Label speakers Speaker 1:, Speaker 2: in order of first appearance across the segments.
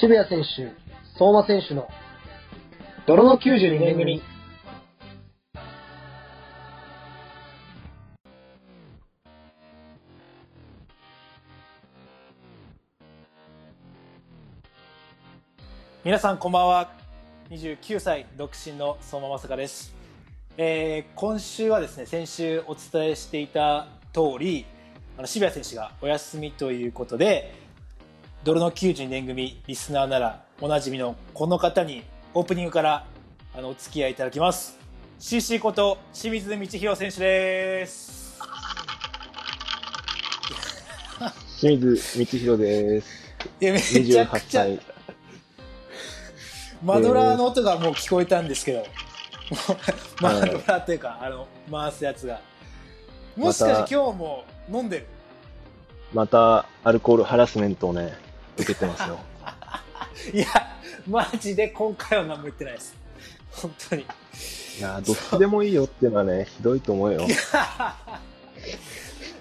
Speaker 1: 渋谷選手、相馬選手の泥の92年組。
Speaker 2: 皆さんこんばんは29歳独身の相馬まさかです、えー今週はですね先週お伝えしていた通りあの渋谷選手がお休みということで泥の92年組リスナーならおなじみのこの方にオープニングからあのお付き合いいただきます CC こと清水道弘選手です
Speaker 3: 清水光弘です。
Speaker 2: いやめちゃ
Speaker 3: 28
Speaker 2: くちゃ
Speaker 3: 歳。
Speaker 2: マドラーの音がもう聞こえたん ですけど、もうマ
Speaker 3: はい
Speaker 2: ドラーっていうか、あの、回すやつが。もしか
Speaker 3: ま
Speaker 2: したて今日も飲んでる
Speaker 3: またアルコールハラスメントをね、受けてま すよ。
Speaker 2: いや、マジで今回は何も言ってないです。本当に。
Speaker 3: いやー、どっちでもいいよっていうのはね、ひどいと思うよ。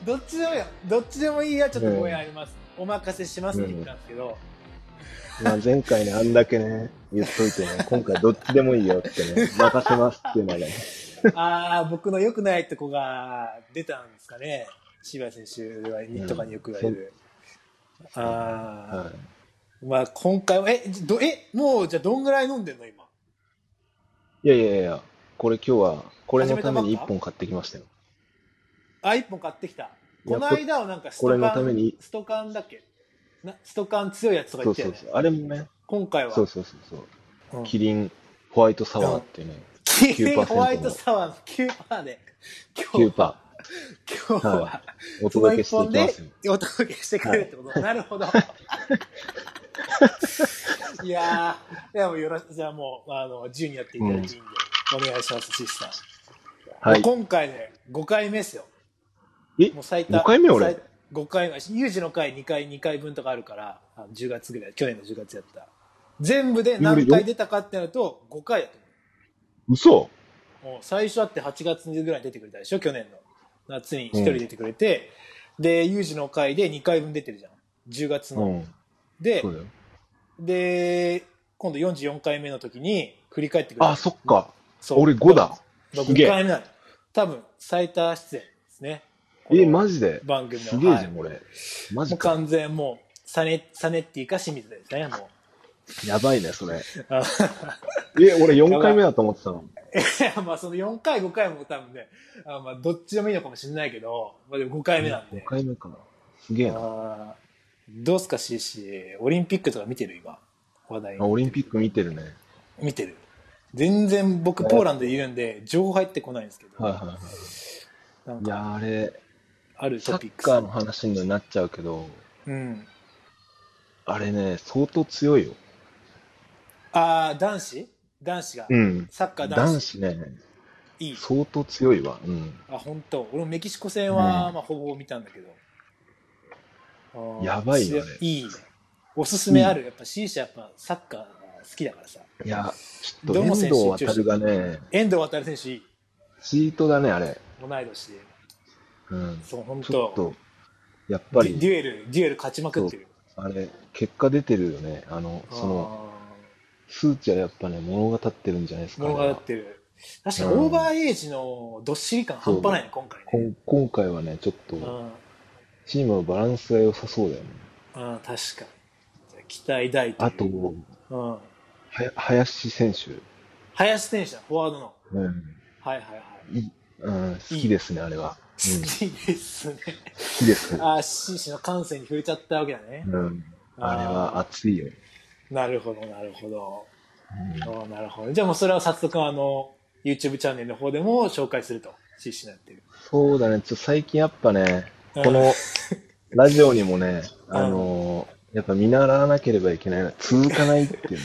Speaker 2: どっちでもいいよ。どっちでもいいや、ちょっとご縁あります。お任せしますって言ったんですけど、
Speaker 3: まあ、前回ね、あんだけね、言っといてね、今回どっちでもいいよってね、任せますっていうのはね、
Speaker 2: ああ、僕の良くないとこが出たんですかね。渋谷選手は、とかによく言われる。ああ、
Speaker 3: は
Speaker 2: まあ今回は、え、じどえもうじゃあどんぐらい飲んでんの今。
Speaker 3: い。いやいやいや、これ今日は、これのために一本買ってきましたよ。
Speaker 2: あ、一本買ってきた。
Speaker 3: い
Speaker 2: こ
Speaker 3: や
Speaker 2: の間はなんかスト
Speaker 3: これ
Speaker 2: カ
Speaker 3: のために
Speaker 2: ン、ストカンだっけなストカン強いやつとか
Speaker 3: そ
Speaker 2: 言っ
Speaker 3: う
Speaker 2: て
Speaker 3: そ
Speaker 2: よね。
Speaker 3: うそう。あれもね、
Speaker 2: 今回は。
Speaker 3: そうそうそうそう。
Speaker 2: うん
Speaker 3: キリンホワイトサワーっていうね、
Speaker 2: キリンホワイトサワーの9%で、今
Speaker 3: 9%
Speaker 2: 日は、今日
Speaker 3: は
Speaker 2: は、
Speaker 3: お
Speaker 2: その
Speaker 3: 届け
Speaker 2: 一
Speaker 3: してい
Speaker 2: 本
Speaker 3: きま
Speaker 2: です
Speaker 3: よ。
Speaker 2: お届けしてくれるってこと、なるほ ど。いやー、でもよろし、じゃあもう、あの、自由にやっていただいていいんで、お願いします、シスター。
Speaker 3: はい。
Speaker 2: 今回で5回目ですよ。
Speaker 3: え
Speaker 2: もう最多。
Speaker 3: 5回目俺
Speaker 2: 最。5回目。有事の回2回、2回分とかあるから、あの10月ぐらい、去年の10月やった。全部で何回出たかってなると、5回やと
Speaker 3: 嘘
Speaker 2: 思う。もう最初だって8月ぐらいに出てくれたでしょ、去年の。夏に1人出てくれて、で、有事の回で2回分出てるじゃん。10月
Speaker 3: う
Speaker 2: の。
Speaker 3: ん。
Speaker 2: で
Speaker 3: そう、だよ。
Speaker 2: で、今度44回目の時に振り返ってくれ
Speaker 3: あ、そっか。
Speaker 2: そう
Speaker 3: 俺5だ。
Speaker 2: まあ
Speaker 3: すげえ
Speaker 2: 5回目なの。多分、最多出演ですね。
Speaker 3: え、マジで
Speaker 2: 番組の
Speaker 3: すげえじゃ
Speaker 2: はい
Speaker 3: ん、俺。マ
Speaker 2: も
Speaker 3: ジ
Speaker 2: う
Speaker 3: か。
Speaker 2: 完全もうサネ、サネッティか清水ですね、も
Speaker 3: やばい ね、それ。
Speaker 2: う。あ
Speaker 3: え、俺4回目だと思ってたの。
Speaker 2: いやまあその4回、5回も多分ね、あまあどっちでもいいのかもしれないけど、まあでも5回目なん
Speaker 3: 5
Speaker 2: で。
Speaker 3: 回目かな。すげえな。
Speaker 2: あーどうすか、シーシー。オリンピックとか見てる今。話題
Speaker 3: あ。オリンピック見てるね。
Speaker 2: 見てる。全然僕、
Speaker 3: えー
Speaker 2: ポーランドいるんで、情報入ってこないんですけど、
Speaker 3: はいはいは
Speaker 2: なん
Speaker 3: い。いや
Speaker 2: か、
Speaker 3: ー、あれ、
Speaker 2: ある
Speaker 3: サ
Speaker 2: トピ
Speaker 3: ッ
Speaker 2: ックス。
Speaker 3: カーの話になっちゃうけど、
Speaker 2: うん。
Speaker 3: あれね、相当強いよ。
Speaker 2: ああ、男子男子が。
Speaker 3: うん。
Speaker 2: サッカー男子。
Speaker 3: 男子ね、
Speaker 2: いい。
Speaker 3: 相当強いわ。うん。
Speaker 2: あ、本当。俺もメキシコ戦は、
Speaker 3: うん
Speaker 2: まあ、ほぼ見たんだけど。あー
Speaker 3: やばいよね
Speaker 2: 強いいいね。おすすめある。やっぱ C 社やっぱサッカーが好きだからさ。
Speaker 3: いや、ちょっと
Speaker 2: ど
Speaker 3: 遠
Speaker 2: の
Speaker 3: 藤
Speaker 2: 選手
Speaker 3: 航がね、
Speaker 2: 遠藤航選手いい。
Speaker 3: チートだね、あれ。
Speaker 2: 同い年で。
Speaker 3: うん。
Speaker 2: そう、本
Speaker 3: ちょっ
Speaker 2: 当。
Speaker 3: と、やっ
Speaker 2: デ
Speaker 3: ぱ
Speaker 2: ュデ
Speaker 3: り、
Speaker 2: ュエル、デュエル勝ちまくってる。
Speaker 3: あれ、結果出てるよね。あの、その、数値はやっぱね、物語ってるんじゃないです
Speaker 2: あー
Speaker 3: か、
Speaker 2: 物
Speaker 3: ね。
Speaker 2: 語ってる。確かにオーバーエイジのどっしり感半端ないね、今回
Speaker 3: こ
Speaker 2: ね。
Speaker 3: ん今回はね、ちょっ
Speaker 2: う
Speaker 3: と、
Speaker 2: ん。
Speaker 3: チームのバランスが良さそうだよね。
Speaker 2: うん、確かに。じゃあ期待大という
Speaker 3: あ
Speaker 2: う
Speaker 3: と、
Speaker 2: ん。
Speaker 3: は林選手、
Speaker 2: 林選手だ、フォワードの。
Speaker 3: うん
Speaker 2: はいはいはい。
Speaker 3: いいうん、好きですね、あれは。うん、
Speaker 2: 好
Speaker 3: 好
Speaker 2: きですね。
Speaker 3: きです。
Speaker 2: あー、紳士の感性に触れちゃったわけだね。
Speaker 3: うん、あれは熱いよ。
Speaker 2: なるほど、なるほど。
Speaker 3: うん
Speaker 2: おーなるほど。じゃあもうそれは早速、あの、YouTube チャンネルの方でも紹介すると、紳士になってる。
Speaker 3: そうだね、ちょっと最近やっぱね、
Speaker 2: うん
Speaker 3: このラジオに もね、
Speaker 2: ん
Speaker 3: あのーやっぱ見習わなければいけないな、続かないっていうの。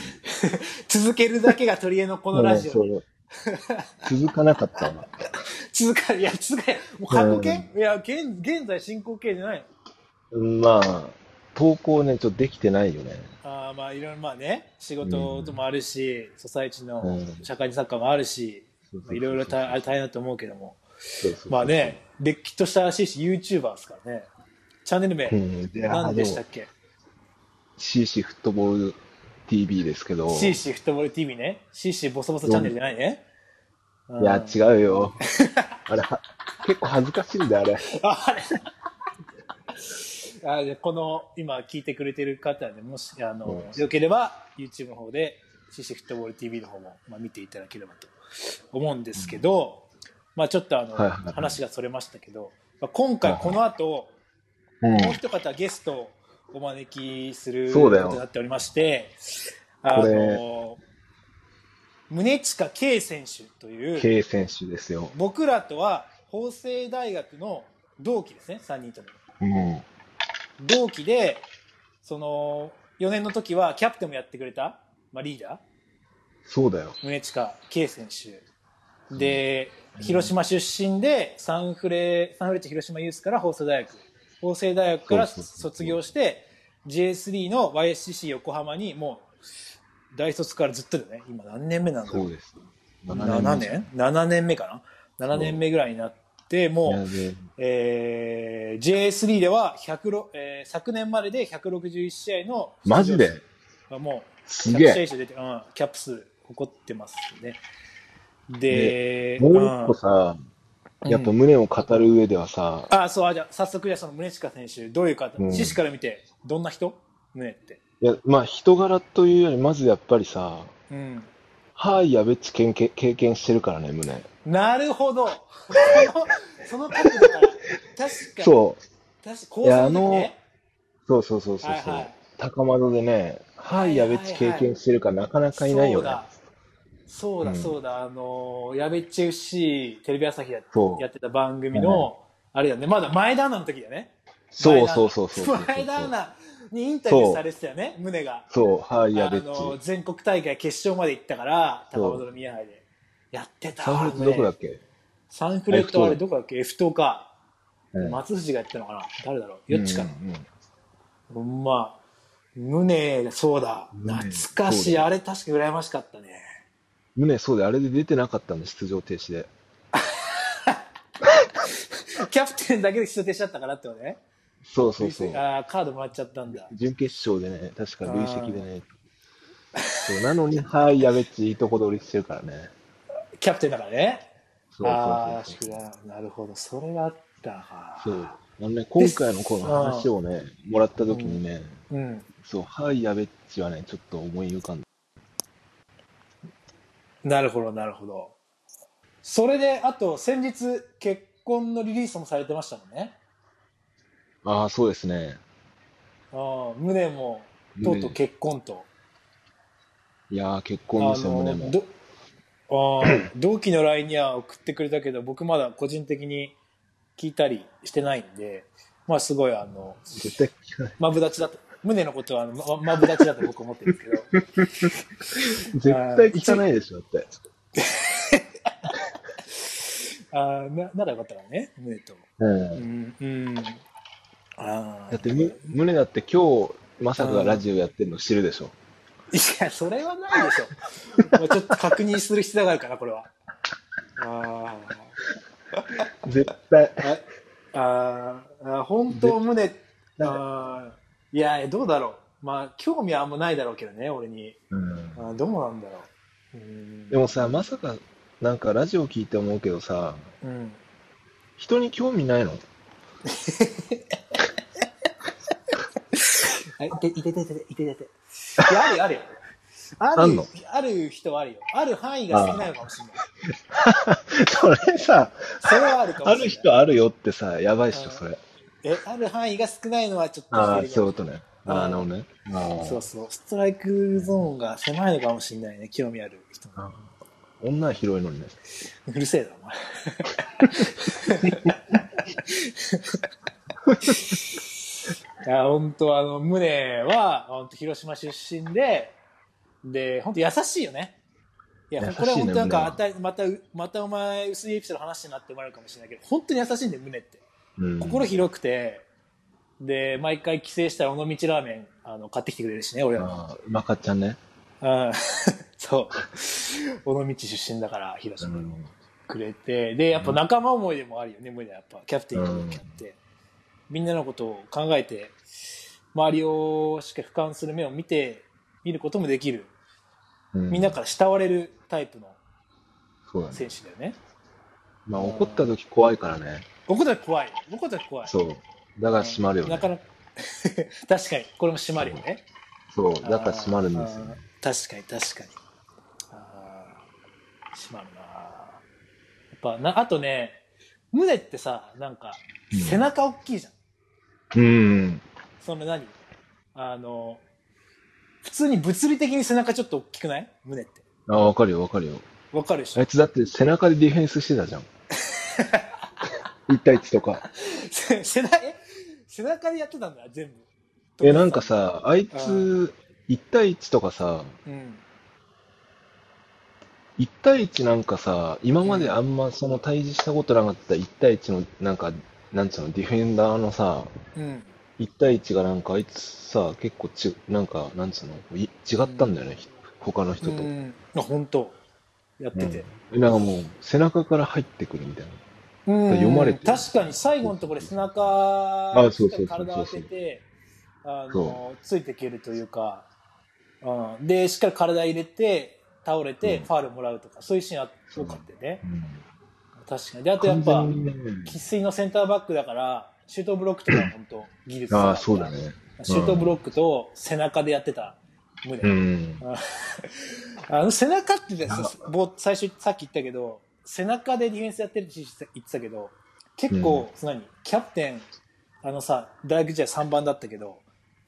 Speaker 2: 続けるだけが取り柄の このラ ジオ。
Speaker 3: うんそう続かなかったわ。
Speaker 2: 続か、いや、続か、もう過去形、いや、現、現在進行形じゃないの。
Speaker 3: うんまあ、投稿ね、ちょっとできてないよね。
Speaker 2: あーまあ、いろいろ、まあね、仕事ともあるし、ソサイチ
Speaker 3: う
Speaker 2: の
Speaker 3: ん
Speaker 2: 社会人サッカーもあるし、
Speaker 3: そうそ
Speaker 2: ま
Speaker 3: うそ
Speaker 2: あ
Speaker 3: う
Speaker 2: いろいろ大あれ大変だと思うけども、
Speaker 3: そうそうそう
Speaker 2: まあね、れっきとしたらしいし、YouTuber ですからね。チャンネル名、
Speaker 3: うん、で、あ
Speaker 2: 何でした
Speaker 3: の
Speaker 2: っ、け
Speaker 3: CC フットボール TV ですけど、い
Speaker 2: ?CC フットボール TV ね。CC ボソボソチャンネルじゃないね。い
Speaker 3: や、違 うよ。あれ、は結構恥ずかしいんだよ、あれ。
Speaker 2: あれあでこの今聞いてくれてる方でもしあの、
Speaker 3: うん
Speaker 2: よければ YouTube の方で CC フットボール TV の方も、まあ、見ていただければと思うんですけど、まあ、ちょっとあの、
Speaker 3: はいはいはい
Speaker 2: 話がそれましたけど、まあ、今回この後、
Speaker 3: うん
Speaker 2: もう一方ゲストをお招きする
Speaker 3: そ
Speaker 2: こ
Speaker 3: う
Speaker 2: と
Speaker 3: だよ
Speaker 2: になっておりましてあ
Speaker 3: これ
Speaker 2: の宗近圭選手という。
Speaker 3: K 選手ですよ。
Speaker 2: 僕らとは法政大学の同期ですね3人とも
Speaker 3: うん。
Speaker 2: 同期でその4年の時はキャプテンもやってくれた、まあ、リーダ
Speaker 3: そうだよ。
Speaker 2: ー宗近圭選手で広島出身でサンフレサンフレッチェ広島ユースから法政大学法政大学から
Speaker 3: そうそうそう
Speaker 2: 卒業して J3 の YSCC 横浜にもう大卒からずっとだよね今何年目なんだろ
Speaker 3: そう
Speaker 2: う
Speaker 3: です。
Speaker 2: 7年 ?7 年目かな7年目ぐらいになってもう
Speaker 3: やべえ
Speaker 2: えー、J3 では106、えー昨年までで161試合の
Speaker 3: マジで
Speaker 2: もう
Speaker 3: す
Speaker 2: 100
Speaker 3: げ
Speaker 2: 試合
Speaker 3: え。
Speaker 2: 以上出て、うん、キャップ数誇ってますね。で、
Speaker 3: もう一個さ、
Speaker 2: うん
Speaker 3: やっぱ胸を語る上ではさ、
Speaker 2: うんあそうあじゃあ早速じゃあその宗近選手どういう方、
Speaker 3: うん
Speaker 2: 獅子から見てどんな人宗って。
Speaker 3: いや、まあ人柄というより、まずやっぱりさ、
Speaker 2: うん
Speaker 3: はい、やべっち経験経験してるからね、胸。
Speaker 2: なるほど。 そのその角度から、確かに、
Speaker 3: そう。
Speaker 2: 確か高三の時
Speaker 3: いや
Speaker 2: ね。
Speaker 3: そうそうそうそうそう、
Speaker 2: はいはい
Speaker 3: 高窓でね、は
Speaker 2: はい
Speaker 3: い、
Speaker 2: は
Speaker 3: や
Speaker 2: いは
Speaker 3: べ
Speaker 2: い
Speaker 3: っち経験してるからなかなかいないよ
Speaker 2: そう
Speaker 3: ね。
Speaker 2: だそうだそ
Speaker 3: うん
Speaker 2: うだ、あのーやべっち FC テレビ朝日や
Speaker 3: そう
Speaker 2: やってた番組の、あれだねまだ前田アナの時だね
Speaker 3: そうそうそうそうそうそう
Speaker 2: 前田アナにインタビューされてたよね胸が
Speaker 3: そう、はい、や
Speaker 2: あ
Speaker 3: べっち。
Speaker 2: のー全国大会決勝まで行ったから
Speaker 3: そう
Speaker 2: 高本の宮杯でやってた
Speaker 3: サンフレットどこだっけ
Speaker 2: サンフレット
Speaker 3: あ
Speaker 2: あ
Speaker 3: れ
Speaker 2: れどこだっけ F 東か、
Speaker 3: うん
Speaker 2: 松藤がやってたのかな誰だろうよっちかな、
Speaker 3: うんうんうん
Speaker 2: ほんま胸そうだ懐
Speaker 3: 宗
Speaker 2: か
Speaker 3: そ
Speaker 2: し
Speaker 3: う
Speaker 2: い
Speaker 3: だ
Speaker 2: あれ確か羨ましかったね
Speaker 3: 胸、そうで、あれで出てなかったんだ、出場停止で。
Speaker 2: キャプテンだけで出場しちゃったからってことね
Speaker 3: そうそうそう。
Speaker 2: あーカードもらっちゃったんだ。
Speaker 3: 準決勝でね、確か累積でね。そうなのに、はい、やべっち、いいとこ取りしてるからね。
Speaker 2: キャプテンだからね。
Speaker 3: そう
Speaker 2: ああ
Speaker 3: そうそうそう。
Speaker 2: ー、なるほど。それがあったか。
Speaker 3: そう。あのね、今回のこの話をね、もらった時にね、
Speaker 2: うん。
Speaker 3: そう、はい、やべっちはね、ちょっと思い浮かんだ。
Speaker 2: なるほど、なるほど。それで、あと、先日、結婚のリリースもされてましたもんね。
Speaker 3: ああ、そうですね。
Speaker 2: ああ、胸も、とうとう結婚と。
Speaker 3: いやー、結婚の
Speaker 2: あ
Speaker 3: 専門で
Speaker 2: の
Speaker 3: も。
Speaker 2: どあ ー同期の LINE には送ってくれたけど、僕まだ個人的に聞いたりしてないんで、まあ、すごい、あの、
Speaker 3: 絶対聞かない。
Speaker 2: マブダチだと。胸のことはあのまマブダチだと僕思ってるんですけど。
Speaker 3: 絶対聞かないでしょ、だって。
Speaker 2: あーなならよかったからね、胸と。
Speaker 3: うん
Speaker 2: うん、うん。ああ。
Speaker 3: だってむ、胸だって今日、まさかがラジオやってるの知るでしょ。
Speaker 2: いや、それはないでしょ。 まあちょっと確認する必要があるかな、これは。あ
Speaker 3: 絶対。
Speaker 2: ーあ。あーあー、本当、胸、あーいや、どうだろう。まあ、興味はあんまないだろうけどね、俺に。
Speaker 3: うん
Speaker 2: あーどうなんだろう。うん
Speaker 3: でもさ、まさか、なんかラジオ聞いて思うけどさ、
Speaker 2: うん。
Speaker 3: 人に興味ないの
Speaker 2: あいていててていててて。いや、あるよ、あるよ。あ
Speaker 3: あ
Speaker 2: る
Speaker 3: んの
Speaker 2: ある人はあるよ。ある範囲が少ないのかもしれない。
Speaker 3: それさ、
Speaker 2: それはあるかも
Speaker 3: あ
Speaker 2: しれない。
Speaker 3: る人あるよってさ、やばいっし
Speaker 2: う
Speaker 3: ょ、
Speaker 2: ん
Speaker 3: それ。
Speaker 2: え、ある範囲が少ないのはちょっと
Speaker 3: ああ、
Speaker 2: 指摘
Speaker 3: そういうことね。
Speaker 2: うん
Speaker 3: ああ、なるほどね。あ
Speaker 2: そう
Speaker 3: あ
Speaker 2: そう。ストライクゾーンが狭いのかもしれないね、興味ある人が。
Speaker 3: 女は広いのにね。
Speaker 2: うるせえだ、お前。いや本当あの、胸は、本当広島出身で、で、本当優しいよね。いや、
Speaker 3: 優しいね
Speaker 2: これは本当なんか、
Speaker 3: 宗
Speaker 2: あたまた、またお前、薄いエピソードの話になってもらうかもしれないけど、本当に優しいんだよ、胸って。
Speaker 3: うん。
Speaker 2: 心広くて、で、毎回帰省したら尾道ラーメン、あの、買ってきてくれるしね、俺は。
Speaker 3: ああ、まかっちゃんね。
Speaker 2: うん、 そう。尾道出身だから、広島の。くれて、で、やっぱ仲間思いでもあるよね、無理だやっぱ、キャプテン
Speaker 3: うん
Speaker 2: キャプテンって。みんなのことを考えて、周りをしっかり俯瞰する目を見て、見ることもできる。
Speaker 3: うん
Speaker 2: みんなから慕われるタイプの
Speaker 3: そうだね。
Speaker 2: 選手だよね。
Speaker 3: まあ怒った時怖いからね。
Speaker 2: 僕たち怖い。僕たち怖い。
Speaker 3: そう。だから閉まるよ
Speaker 2: な
Speaker 3: ね
Speaker 2: か。な か確かに、これも締まるよね。
Speaker 3: そう。だから閉まるんですよね。
Speaker 2: あー。確かに、確かに。あー閉まるなやっぱな、あとね、胸ってさ、なんか、
Speaker 3: うん
Speaker 2: 背中大きいじゃん。
Speaker 3: うん。
Speaker 2: その何あの、普通に物理的に背中ちょっと大きくない胸って。
Speaker 3: あ、わかるよ、わかるよ。
Speaker 2: わかるでし
Speaker 3: あ
Speaker 2: ょ
Speaker 3: いつだって背中でディフェンスしてたじ ゃん。1対1とか。
Speaker 2: せ 背中、え背中でやってたんだ、全部。
Speaker 3: え、なんか、さ、あいつ、1対1とかさ、
Speaker 2: うん。
Speaker 3: 1対1なんかさ、今まであんまその対峙したことなかった1対1の、なんか、なんつうの、ディフェンダーのさ、
Speaker 2: うん。
Speaker 3: 1対1がなんかあいつさ、結構ち、なんか、なんつうの、い違ったんだよね、ひ他の人
Speaker 2: う
Speaker 3: と。
Speaker 2: ん。あ、本当やってて。
Speaker 3: なんかもう、背中から入ってくるみたいな。
Speaker 2: うん
Speaker 3: 読まれてる
Speaker 2: 確かに最後のところで背中
Speaker 3: あ
Speaker 2: し
Speaker 3: そう
Speaker 2: っか
Speaker 3: そうそう
Speaker 2: り体を当ててあの
Speaker 3: そ
Speaker 2: ついていけるというか、うん、でしっかり体入れて倒れて
Speaker 3: うん
Speaker 2: ファールもらうとか、そういうシーンあ多かったよね確かにであとやっ
Speaker 3: 完
Speaker 2: ぱ
Speaker 3: 全にね
Speaker 2: 生粋のセンターバックだからシュートブロックとか本当技術
Speaker 3: ああ、そうだね。
Speaker 2: シュートブロックと背中でやってた胸、
Speaker 3: うん。
Speaker 2: あの背中ってねさぼ最初さっき言ったけど背中でディフェンスやってるって言ってたけど結構、何キャプテンあのさ大学時代3番だったけど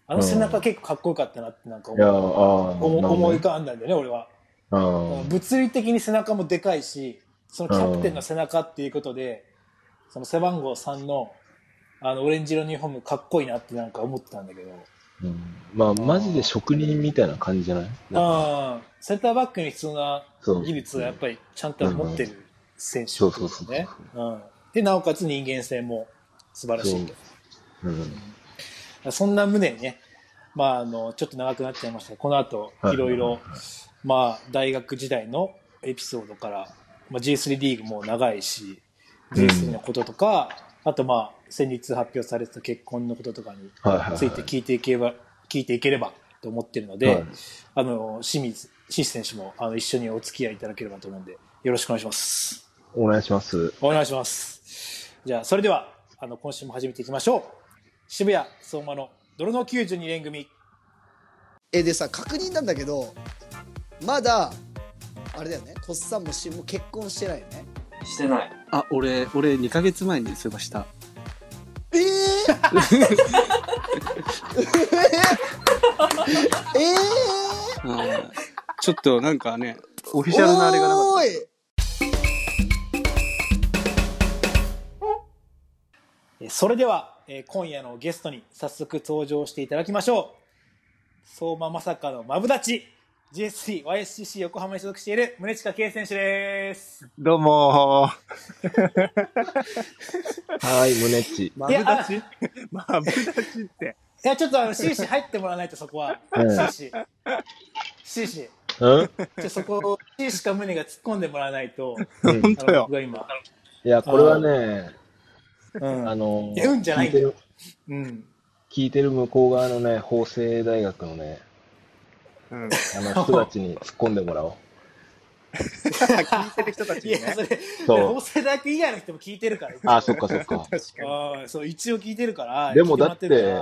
Speaker 2: あの背中
Speaker 3: うん
Speaker 2: 結構かっこよかったなってなんか
Speaker 3: いや、ああ、
Speaker 2: 思,、思思い浮かんだんだよね俺は、
Speaker 3: ああ、
Speaker 2: 物理的に背中もでかいしそのキャプテンの背中っていうことで、その背番号3のあのオレンジ色のユニフォームかっこいいなってなんか思ってたんだけど、
Speaker 3: うんまあ、マジで職人みたいな感じじゃない
Speaker 2: ああ、センターバックに必要な
Speaker 3: そう
Speaker 2: 技術はやっぱりちゃんと持ってる選手
Speaker 3: そうそうそう
Speaker 2: ね。うんで、なおかつ人間性も素晴らしいと。
Speaker 3: うん。
Speaker 2: そんな胸にね、まあ、あの、ちょっと長くなっちゃいましたがこの後、
Speaker 3: はい
Speaker 2: いろいろ、まあ、大学時代のエピソードから、まあ、G3 リーグも長いし、
Speaker 3: うん
Speaker 2: G3 のこととか、あとまあ、先日発表されてた結婚のこととかに
Speaker 3: はいはいはい
Speaker 2: ついて聞いていけば、聞いていければと思ってるので、
Speaker 3: はい
Speaker 2: あの、清水、清水選手も、あの、一緒にお付き合いいただければと思うんで、よろしくお願いします。
Speaker 3: お願いします。
Speaker 2: お願いします。じゃあ、それでは、あの、今週も始めていきましょう。渋谷相馬の泥の92連組。
Speaker 1: えでさ確認なんだけどまだあれだよねコスさんもしも結婚してないよね
Speaker 4: してない。
Speaker 5: あ、俺、俺、2ヶ月前にそういえばした。
Speaker 1: えー、えー、え
Speaker 5: うんちょっとなんかね、オフィ
Speaker 1: ー、
Speaker 5: シャルなあれがなか
Speaker 1: お
Speaker 5: っ
Speaker 1: ー
Speaker 5: た。
Speaker 1: い
Speaker 2: えーそれでは、えー今夜のゲストに早速登場していただきましょう。相馬まさかのマブダチ。GSC、YSCC 横浜に所属している宗近圭選手です。
Speaker 6: どうもー。
Speaker 3: はい、胸っち。
Speaker 6: マ
Speaker 2: いや、あい
Speaker 6: まあ、ぶだちって。
Speaker 2: やちょっとあの、シーシー入ってもらわないとそこは。シ
Speaker 3: うん
Speaker 2: ーシー。シーシー。
Speaker 3: うん
Speaker 2: ちょそこ、シーシーか胸が突っ込んでもらわないと、
Speaker 3: うん
Speaker 6: 本
Speaker 2: あ
Speaker 6: 当
Speaker 2: の
Speaker 6: よ
Speaker 2: 僕。が今。
Speaker 3: いや、これはね、
Speaker 2: うん
Speaker 3: あの、
Speaker 2: いやうんじゃない
Speaker 3: 聞いてる、
Speaker 2: うん。
Speaker 3: 聞いてる向こう側のね、法政大学のね、
Speaker 6: うん。
Speaker 3: あの人たちに突っ込んでもらおう。
Speaker 6: 聞いてる人たち
Speaker 2: い
Speaker 6: に
Speaker 2: や、そ。
Speaker 6: ね
Speaker 2: れ、法
Speaker 3: そう。
Speaker 2: 政大学以外の人も聞いてるから。
Speaker 3: あ、そっかそっか。
Speaker 6: 確か
Speaker 2: あ
Speaker 6: に。
Speaker 2: ーそう、一応聞いてるから。
Speaker 3: でもだっ
Speaker 2: 聞いもらる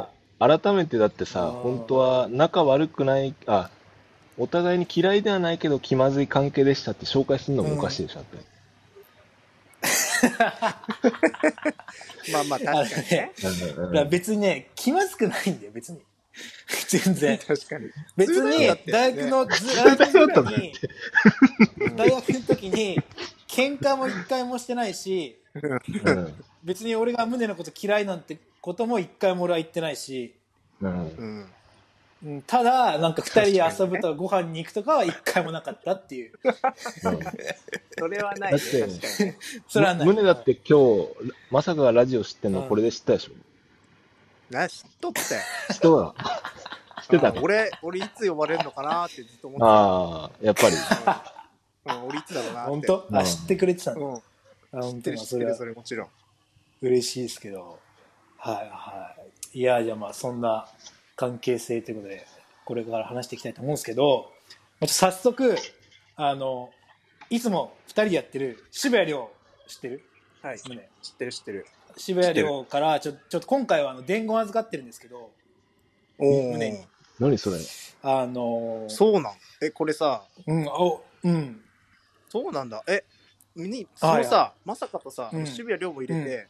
Speaker 2: か、
Speaker 3: て改めてだって
Speaker 2: あ
Speaker 3: さ、
Speaker 2: ー
Speaker 3: 本当は仲悪くない、あ、お互いに嫌いではないけど気まずい関係でしたって紹介するのもおかしいでしょ、だって。
Speaker 6: まあまあ、確
Speaker 2: ら
Speaker 6: か
Speaker 2: あのね
Speaker 3: うんうん
Speaker 2: だから別にね、気まずくないんだよ、別に。全
Speaker 6: に。
Speaker 2: 然。
Speaker 6: 確 かに。
Speaker 2: 別
Speaker 6: 普通だっ
Speaker 2: に、
Speaker 6: て
Speaker 2: 大学の、ず
Speaker 3: 普通だったんだっ
Speaker 2: に、大学の時に、喧嘩も一回もしてないし、
Speaker 3: うん
Speaker 2: 別に俺が胸のこと嫌いなんてことも一回も俺は言ってないし、
Speaker 3: うん
Speaker 6: うん。
Speaker 2: うんただ、なんか二人で遊ぶとかご飯に行くとかは一回もなかったっていう。
Speaker 3: うん
Speaker 6: それはない
Speaker 3: だ
Speaker 6: ね。
Speaker 3: って
Speaker 6: 確かにね。
Speaker 2: それはない。
Speaker 3: む胸だって今日、まさかがラジオ知ってんの
Speaker 2: うん
Speaker 3: これで知ったでしょ、
Speaker 6: な、知っとったよ。
Speaker 3: 人は。ってた
Speaker 6: あ
Speaker 3: ね。
Speaker 6: 俺、俺いつ呼ばれるのかなってずっと思っ
Speaker 3: ああ、やっぱり。
Speaker 6: てた。うん、俺いつだろうなって。
Speaker 2: 本当
Speaker 3: うん
Speaker 2: あ、知ってくれてたんだ。
Speaker 6: うん。
Speaker 2: あ
Speaker 6: 知っ
Speaker 2: 本当
Speaker 6: てる
Speaker 2: だ
Speaker 6: 知っ
Speaker 2: そ
Speaker 6: て
Speaker 2: れ
Speaker 6: る、
Speaker 2: は
Speaker 6: それもちろん。
Speaker 2: 嬉しいですけど。はいはい。いや、じゃあまあそんな関係性ということで、これから話していきたいと思うんですけど、まあちょっと早速、あの、いつも2人でやってる渋谷亮、知ってる
Speaker 6: はい。知
Speaker 2: ね
Speaker 6: ってる、知ってる。
Speaker 2: 渋谷亮からちょちょっと今回はあの伝言預かってるんですけど
Speaker 6: お
Speaker 2: 胸
Speaker 6: ー
Speaker 2: に
Speaker 3: 何それ
Speaker 2: あのー
Speaker 6: そうなん。え、これさ、
Speaker 2: うんあおうん
Speaker 6: そうなんだ。え、に、
Speaker 2: あ
Speaker 6: そのさ、まさかとさ
Speaker 2: う、ん
Speaker 6: 渋谷亮も入れて、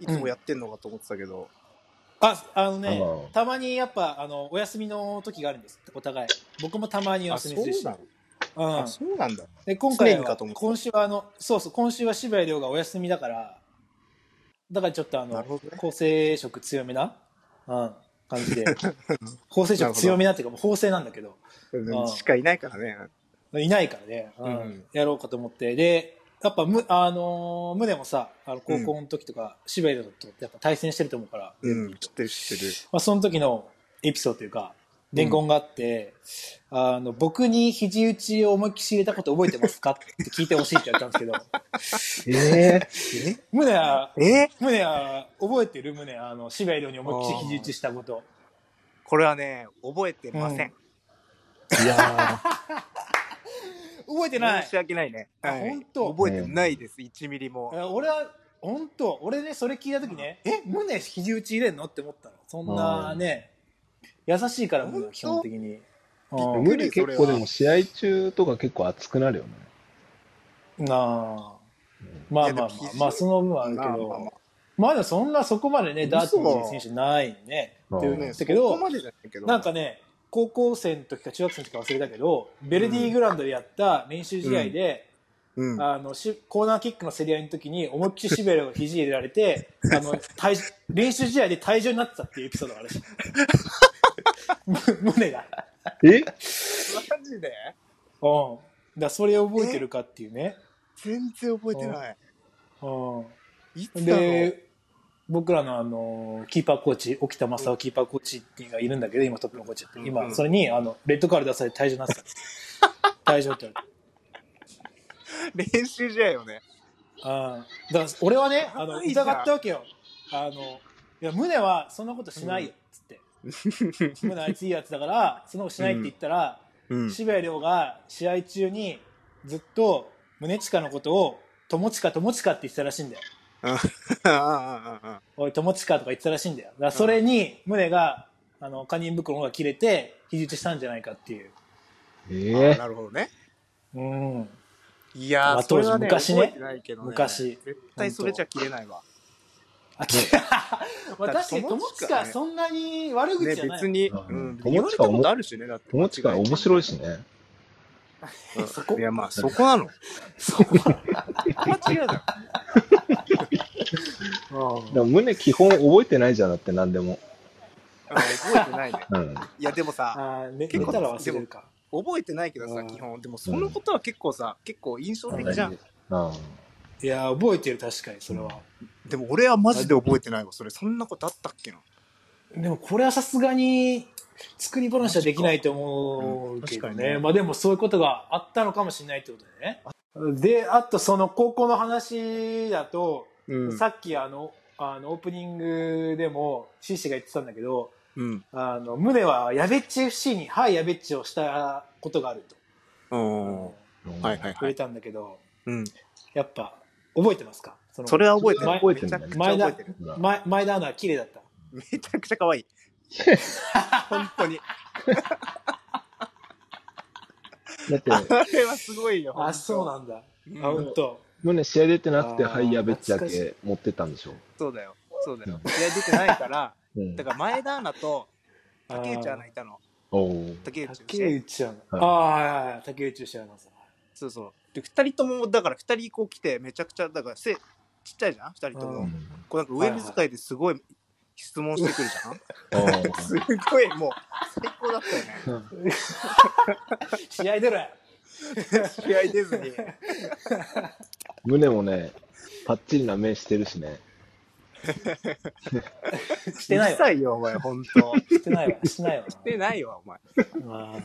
Speaker 6: いつもやってんのかと思ってたけど、
Speaker 2: ああのね
Speaker 3: あー
Speaker 2: たまにやっぱあのお休みの時があるんですお互い僕もたまにお
Speaker 6: あ、
Speaker 2: 休
Speaker 6: そ
Speaker 2: みする
Speaker 6: う
Speaker 2: し
Speaker 6: なの
Speaker 2: うん
Speaker 6: あ、そうなんだ。
Speaker 2: で今回
Speaker 6: 常に
Speaker 2: は
Speaker 6: かと思った
Speaker 2: 今週はあのそうそう今週は渋谷亮がお休みだからだからちょっとあの、
Speaker 6: なるほどね
Speaker 2: 構成色強めな、うん、感 じで構成色強めなっていうかもう縫製なんだけど
Speaker 6: うんしかいないからね。
Speaker 2: いないからね、うん
Speaker 6: うん
Speaker 2: やろうかと思って。で、やっぱむ、あのー、宗もさ、あの高校の時とか、渋谷だとやっぱ対戦してると思うから、
Speaker 6: うん、知ってる、知ってる。
Speaker 2: まあ、その時のエピソードというか、伝言があって、あの、僕に肘打ちを思いっきし入れたこと覚えてますかって聞いてほしいって言われたんですけど、
Speaker 3: え
Speaker 2: 宗は、
Speaker 6: え
Speaker 2: 宗は、覚えてる宗は、あの、渋谷寮に思いっきし肘打ちしたこと。
Speaker 6: これはね、覚えてません。
Speaker 3: ー、いや
Speaker 2: 覚えてない
Speaker 6: 申し訳ないね。
Speaker 2: あ
Speaker 6: はい
Speaker 2: 本当
Speaker 6: 覚えてないです、1ミリ
Speaker 2: え
Speaker 6: も。
Speaker 2: ー俺は本当俺ねそれ聞いた時ね、え胸肘打ち入れんのって思ったのそんなね、優しいから胸は基本的にう
Speaker 3: ー、
Speaker 2: ん
Speaker 6: びっ
Speaker 3: 胸
Speaker 6: くり
Speaker 3: 結
Speaker 6: そ
Speaker 3: 構
Speaker 6: れ
Speaker 3: で
Speaker 6: は
Speaker 3: も試合中とか結構熱くなるよね。
Speaker 2: なあまあまあまあ
Speaker 6: いやでも肘
Speaker 2: まあその分はあるけどま
Speaker 6: まあ
Speaker 2: あ
Speaker 6: まあまあ
Speaker 2: でもそんなそこまでね
Speaker 6: 嘘
Speaker 2: ダーツの選手ないね
Speaker 3: まあ
Speaker 2: っていう
Speaker 3: ね
Speaker 2: んだ
Speaker 6: ね、そ
Speaker 2: けど
Speaker 6: こまでじゃないけど。
Speaker 2: なんかね高校生の時か中学生の時か忘れたけどベルディグラウンドでやった練習試合で、
Speaker 6: うん、
Speaker 2: あのしコーナーキックの競り合いの時に思いっきりシベルを肘入れられて あの退練習試合で退場になってたっていうエピソードがある しむ胸が、
Speaker 3: え
Speaker 6: マジ
Speaker 2: うん、
Speaker 6: で
Speaker 2: だからそれを覚えてるかっていうね、
Speaker 6: 全然覚えてない。
Speaker 2: う
Speaker 6: いつ
Speaker 2: ん、
Speaker 6: だろう
Speaker 2: で僕らの、あのキーパーコーチ沖田正夫キーパーコーチっていうのがいるんだけど今トップのコーチやってる今、
Speaker 6: うん
Speaker 2: それにあのレッドカード出されて退場になって た退場って言われて。
Speaker 6: 練習試合よね。
Speaker 2: あーだから俺はねあの
Speaker 6: ないじゃん
Speaker 2: 疑ったわけよあのいや胸はそんなことしないよっつって、胸あいついいやつだからそんなことしないって言ったら、
Speaker 6: う ん
Speaker 2: 渋谷亮が試合中にずっと宗近のことを友近友近って言ってたらしいんだよ
Speaker 6: ああ、ああ、
Speaker 2: おい友近とか言ってたらしいんだよだからそれに胸があのカニン袋の方が切れて肘打ちしたんじゃないかっていう
Speaker 3: え
Speaker 6: ああ。
Speaker 3: ー、
Speaker 6: なるほどね。
Speaker 2: うん
Speaker 6: いや
Speaker 2: ま
Speaker 6: ー、
Speaker 2: あ
Speaker 6: それはね、
Speaker 2: 当時昔ね
Speaker 6: 覚えてないけどね
Speaker 2: 昔
Speaker 6: 絶対それじゃ切れないわ。
Speaker 2: あき まあ確かに友近はそんなに悪口
Speaker 6: ね、
Speaker 2: じゃない、
Speaker 6: 別に、
Speaker 3: うん
Speaker 6: うん、
Speaker 3: 友近
Speaker 6: 言われたことあるしね、だって。
Speaker 3: 友近面白いしね。
Speaker 6: うんいや、まあ、そこなの。
Speaker 2: そこは
Speaker 6: 間違いだよ。
Speaker 3: でも胸基本覚えてないじゃんだって何でも。
Speaker 6: うん覚えてないね。
Speaker 3: うん。
Speaker 6: いや、でもさ、
Speaker 2: あーね
Speaker 6: 結
Speaker 2: 寝
Speaker 6: 構
Speaker 2: たら忘れるか
Speaker 6: 覚えてないけど
Speaker 2: う
Speaker 6: さ、
Speaker 2: ん
Speaker 6: 基本。でも、そのことは結構さ、結構印象的じゃん。
Speaker 3: あ
Speaker 2: いや覚えてる確かにそれは、
Speaker 6: でも、俺はマジで覚えてないわ。それ、そんなことあったっけな。
Speaker 2: でもこれはさすがに作り話はできないと思うけど
Speaker 6: うん確
Speaker 2: ね,、
Speaker 6: かにね
Speaker 2: まあでもそういうことがあったのかもしれないってことだよねであとその高校の話だと、
Speaker 6: うん
Speaker 2: さっきあのあのオープニングでもシーシが言ってたんだけど
Speaker 6: うん。
Speaker 2: あの胸はやべっち FC に「はいやべっち」をしたことがあると
Speaker 6: うん。は
Speaker 3: ー
Speaker 6: いは
Speaker 2: 触
Speaker 6: いは
Speaker 2: れ
Speaker 6: い。
Speaker 2: たんだけど
Speaker 6: うん。
Speaker 2: やっぱ覚えてますかその
Speaker 6: それは覚えてる。
Speaker 2: 前
Speaker 3: 覚えてるん
Speaker 6: めち
Speaker 3: だ
Speaker 6: ゃ
Speaker 3: ね
Speaker 6: くちゃ覚えてる。
Speaker 3: うん
Speaker 2: 前前田アナは綺麗だった
Speaker 6: めちゃくちゃ可愛 い。本当に。
Speaker 3: だって、
Speaker 6: あれはすごいよ。
Speaker 2: あそう
Speaker 6: な
Speaker 2: なんだ
Speaker 6: うん
Speaker 2: あ本当。
Speaker 3: 胸試合出てなくて、
Speaker 2: あー
Speaker 3: はい、やべっちだ
Speaker 2: 懐
Speaker 3: け持ってたんでしょ。
Speaker 6: そうだよ。そうだよ。試合出てない から、
Speaker 3: うん
Speaker 6: だ。から前田アナと竹内アナ
Speaker 2: い
Speaker 6: いたの。
Speaker 3: おー
Speaker 6: 竹内
Speaker 2: 竹
Speaker 6: 内。
Speaker 2: 内アナ。あ
Speaker 3: はい
Speaker 2: あー、はいはい竹内知らない
Speaker 6: そうそう。で、二人とも、だから二人こう来て、めちゃくちゃ、だから背、ちっちゃいじゃん二人と
Speaker 3: う
Speaker 6: も。
Speaker 3: ん
Speaker 6: こうなんか上目遣いですごい質問してくるじゃん、
Speaker 3: あー
Speaker 6: すごいもう最高だったよね。
Speaker 2: 試合出ろや。
Speaker 6: 試合出ずに。
Speaker 3: 胸もね、パッチリな目してるしね。
Speaker 2: してないうわ。
Speaker 6: るさいよ、お前、ほんと。
Speaker 2: してないわ。してないわ。
Speaker 6: してないわ、お前。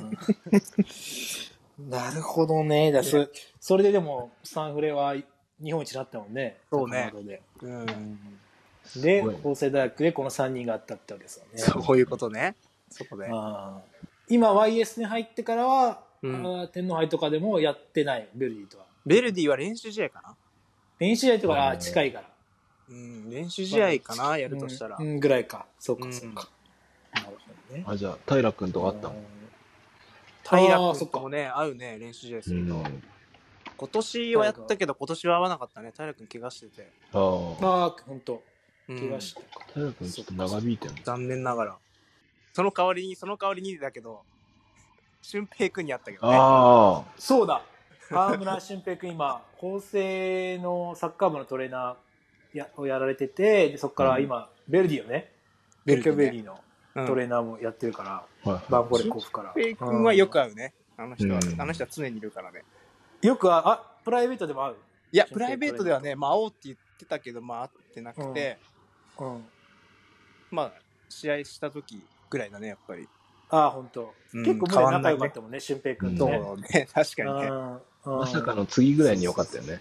Speaker 2: なるほどね。だそそれででも、サンフレは日本一になったもんね。
Speaker 6: そうね
Speaker 2: 高松で
Speaker 6: うん。
Speaker 2: で、
Speaker 3: すごいね
Speaker 2: 法政大学でこの3人があったってわけですよね。
Speaker 6: そういうことね。そこで。
Speaker 2: あー今 YS に入ってからは、
Speaker 6: うん
Speaker 2: あー天皇杯とかでもやってない、ベルディとは。
Speaker 6: ベルディは練習試合かな
Speaker 2: 練習試合とか
Speaker 3: う
Speaker 2: が
Speaker 3: ん
Speaker 2: 近いから。
Speaker 6: うん、練習試合かな、やるとしたら
Speaker 2: うん。うんぐらいか。そうか、
Speaker 6: うん
Speaker 2: そうか。なるほどね。
Speaker 3: あ、じゃあ、平君とかあったの
Speaker 6: 平
Speaker 2: あーそ
Speaker 6: 君
Speaker 2: っか
Speaker 6: ともね、合うね、練習試合す
Speaker 3: う
Speaker 6: ると。
Speaker 3: ん。
Speaker 6: 今年はやったけど、今年は合わなかったね。平君怪我してて。
Speaker 3: ああ。
Speaker 2: ああ、ほんと。
Speaker 6: うん
Speaker 2: 怪我したか。
Speaker 3: 平君ちょっと長引いてんの。
Speaker 6: 残念ながら。その代わりに、その代わりにだけど、俊平君にあったけどね。
Speaker 3: ああ。
Speaker 2: そう だ川村俊平君今法政のサッカー部のトレーナーやをやられててでそこから今、ベルディをねベルキ
Speaker 6: デ
Speaker 2: ョ
Speaker 6: ィね
Speaker 2: ベリーの
Speaker 6: うん
Speaker 2: トレーナーもやってるから、
Speaker 3: はい
Speaker 2: バンコレコフから
Speaker 6: 俊平君はよく合うね。あの人は
Speaker 3: う、ん
Speaker 6: あの人は常にいるからね。
Speaker 2: よくああプライベートでも会
Speaker 6: いや、プライベートではね、まあ、会おうって言ってたけど、まあ、会ってなくて、
Speaker 2: う、うん、
Speaker 6: まあ、試合した時ぐらいだね、やっぱり。
Speaker 2: ああ本当、
Speaker 6: うん
Speaker 2: 結構
Speaker 6: 変わ
Speaker 2: 胸
Speaker 6: ん
Speaker 2: 仲
Speaker 6: ないね
Speaker 2: 良かったもんね俊平君
Speaker 6: そ
Speaker 2: と
Speaker 6: う
Speaker 2: ね、
Speaker 6: ね、 確かにね。
Speaker 2: うん
Speaker 3: まさかの次ぐらいに良かったよね。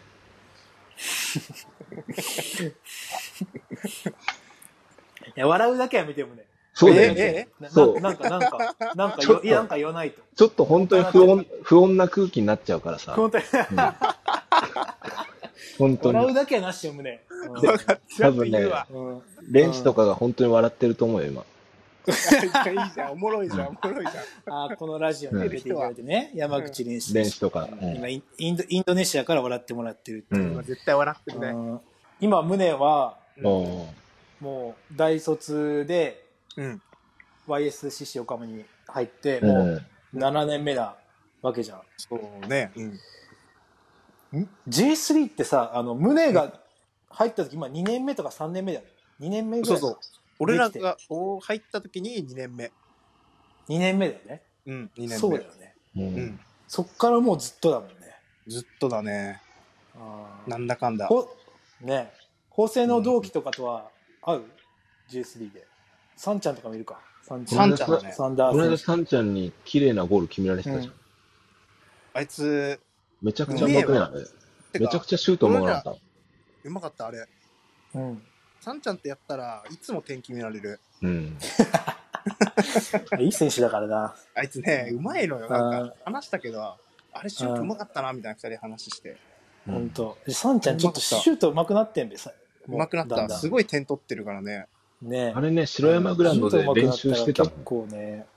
Speaker 2: いや笑うだけは見てもね
Speaker 3: そうだよ
Speaker 6: ええ
Speaker 3: ね
Speaker 6: え。
Speaker 2: な
Speaker 3: そう
Speaker 2: ななんかなんかなんか
Speaker 3: ちょっ
Speaker 2: よ
Speaker 3: と
Speaker 2: いやなんか言わないと
Speaker 3: ちょっと本当に不穏、不穏な空気になっちゃうからさ。
Speaker 2: 本当に
Speaker 3: うん本当
Speaker 2: 笑う
Speaker 3: に。
Speaker 2: だけはなしよ胸、うん
Speaker 6: 分かっちゃ
Speaker 3: 多
Speaker 6: んと
Speaker 3: 分
Speaker 6: 言
Speaker 3: ね
Speaker 6: うわ。
Speaker 2: うん
Speaker 3: レンチとかが本当に笑ってると思うよ、今。
Speaker 6: いやいいじゃん、おもろいじゃん、おもろいじゃん。
Speaker 2: あーこのラジオに出ていただいてね、山口蓮司
Speaker 3: レ
Speaker 2: で
Speaker 3: ンチ
Speaker 2: す。
Speaker 3: とか。うん
Speaker 2: 今インインド、インドネシアから笑ってもらってるって
Speaker 3: う
Speaker 2: いう。
Speaker 3: ん。
Speaker 6: 絶対笑ってる
Speaker 2: あ
Speaker 6: ね。
Speaker 2: ー今、宗は、
Speaker 3: おー
Speaker 2: もう、大卒で
Speaker 6: うん。
Speaker 2: YSCC 岡山に入って、
Speaker 3: う
Speaker 2: も
Speaker 3: ん。
Speaker 2: う7年目なわけじゃん。
Speaker 6: そうね。うん。
Speaker 2: J3 ってさ、あの、宗が入った時、今2年目とか3年目だよ。2年目ぐら
Speaker 6: そう
Speaker 2: い。
Speaker 6: そう。俺らがお入った時に2年目。
Speaker 2: 2年目だよね。
Speaker 6: うん、2年目。
Speaker 2: そうだよね。
Speaker 3: う。
Speaker 6: うんん。
Speaker 2: そっからもうずっとだもんね。
Speaker 6: ずっとだね。
Speaker 2: あー
Speaker 6: なんだかんだ。
Speaker 2: ほね法政の同期とかとは合う、?J3 で。サンちゃんとかもいるか。サンちゃ
Speaker 6: サ
Speaker 2: ん。
Speaker 6: ンちゃんだね。
Speaker 2: サンダ
Speaker 3: この間、
Speaker 2: ース。
Speaker 3: サンちゃんに綺麗なゴール決められてたじゃん。
Speaker 2: うん
Speaker 6: あいつ、
Speaker 3: めちゃくちゃうまくないあれ。
Speaker 6: て
Speaker 3: めちゃ
Speaker 6: か
Speaker 3: く、ちゃシュートうまくなかった。
Speaker 6: うまかった、あれ。
Speaker 2: うん。
Speaker 6: サンちゃんってやったらいつも点決められる。
Speaker 3: うん。
Speaker 2: いい選手だからな。
Speaker 6: あいつね、うまいのよ。なんか、話したけど、あれシュー
Speaker 2: あー
Speaker 6: トうまかったな、みたいな二人で話して。
Speaker 3: う
Speaker 2: ほん
Speaker 3: ん
Speaker 2: と。サンちゃん、ちょっとシュート上手くなってんべ、さ。
Speaker 6: うまくなっ
Speaker 2: だん
Speaker 6: た。
Speaker 2: だん
Speaker 6: すごい点取ってるからね。
Speaker 2: ね
Speaker 3: あれね、白山グラウンドで練習してたもん
Speaker 2: 結。構ね。うん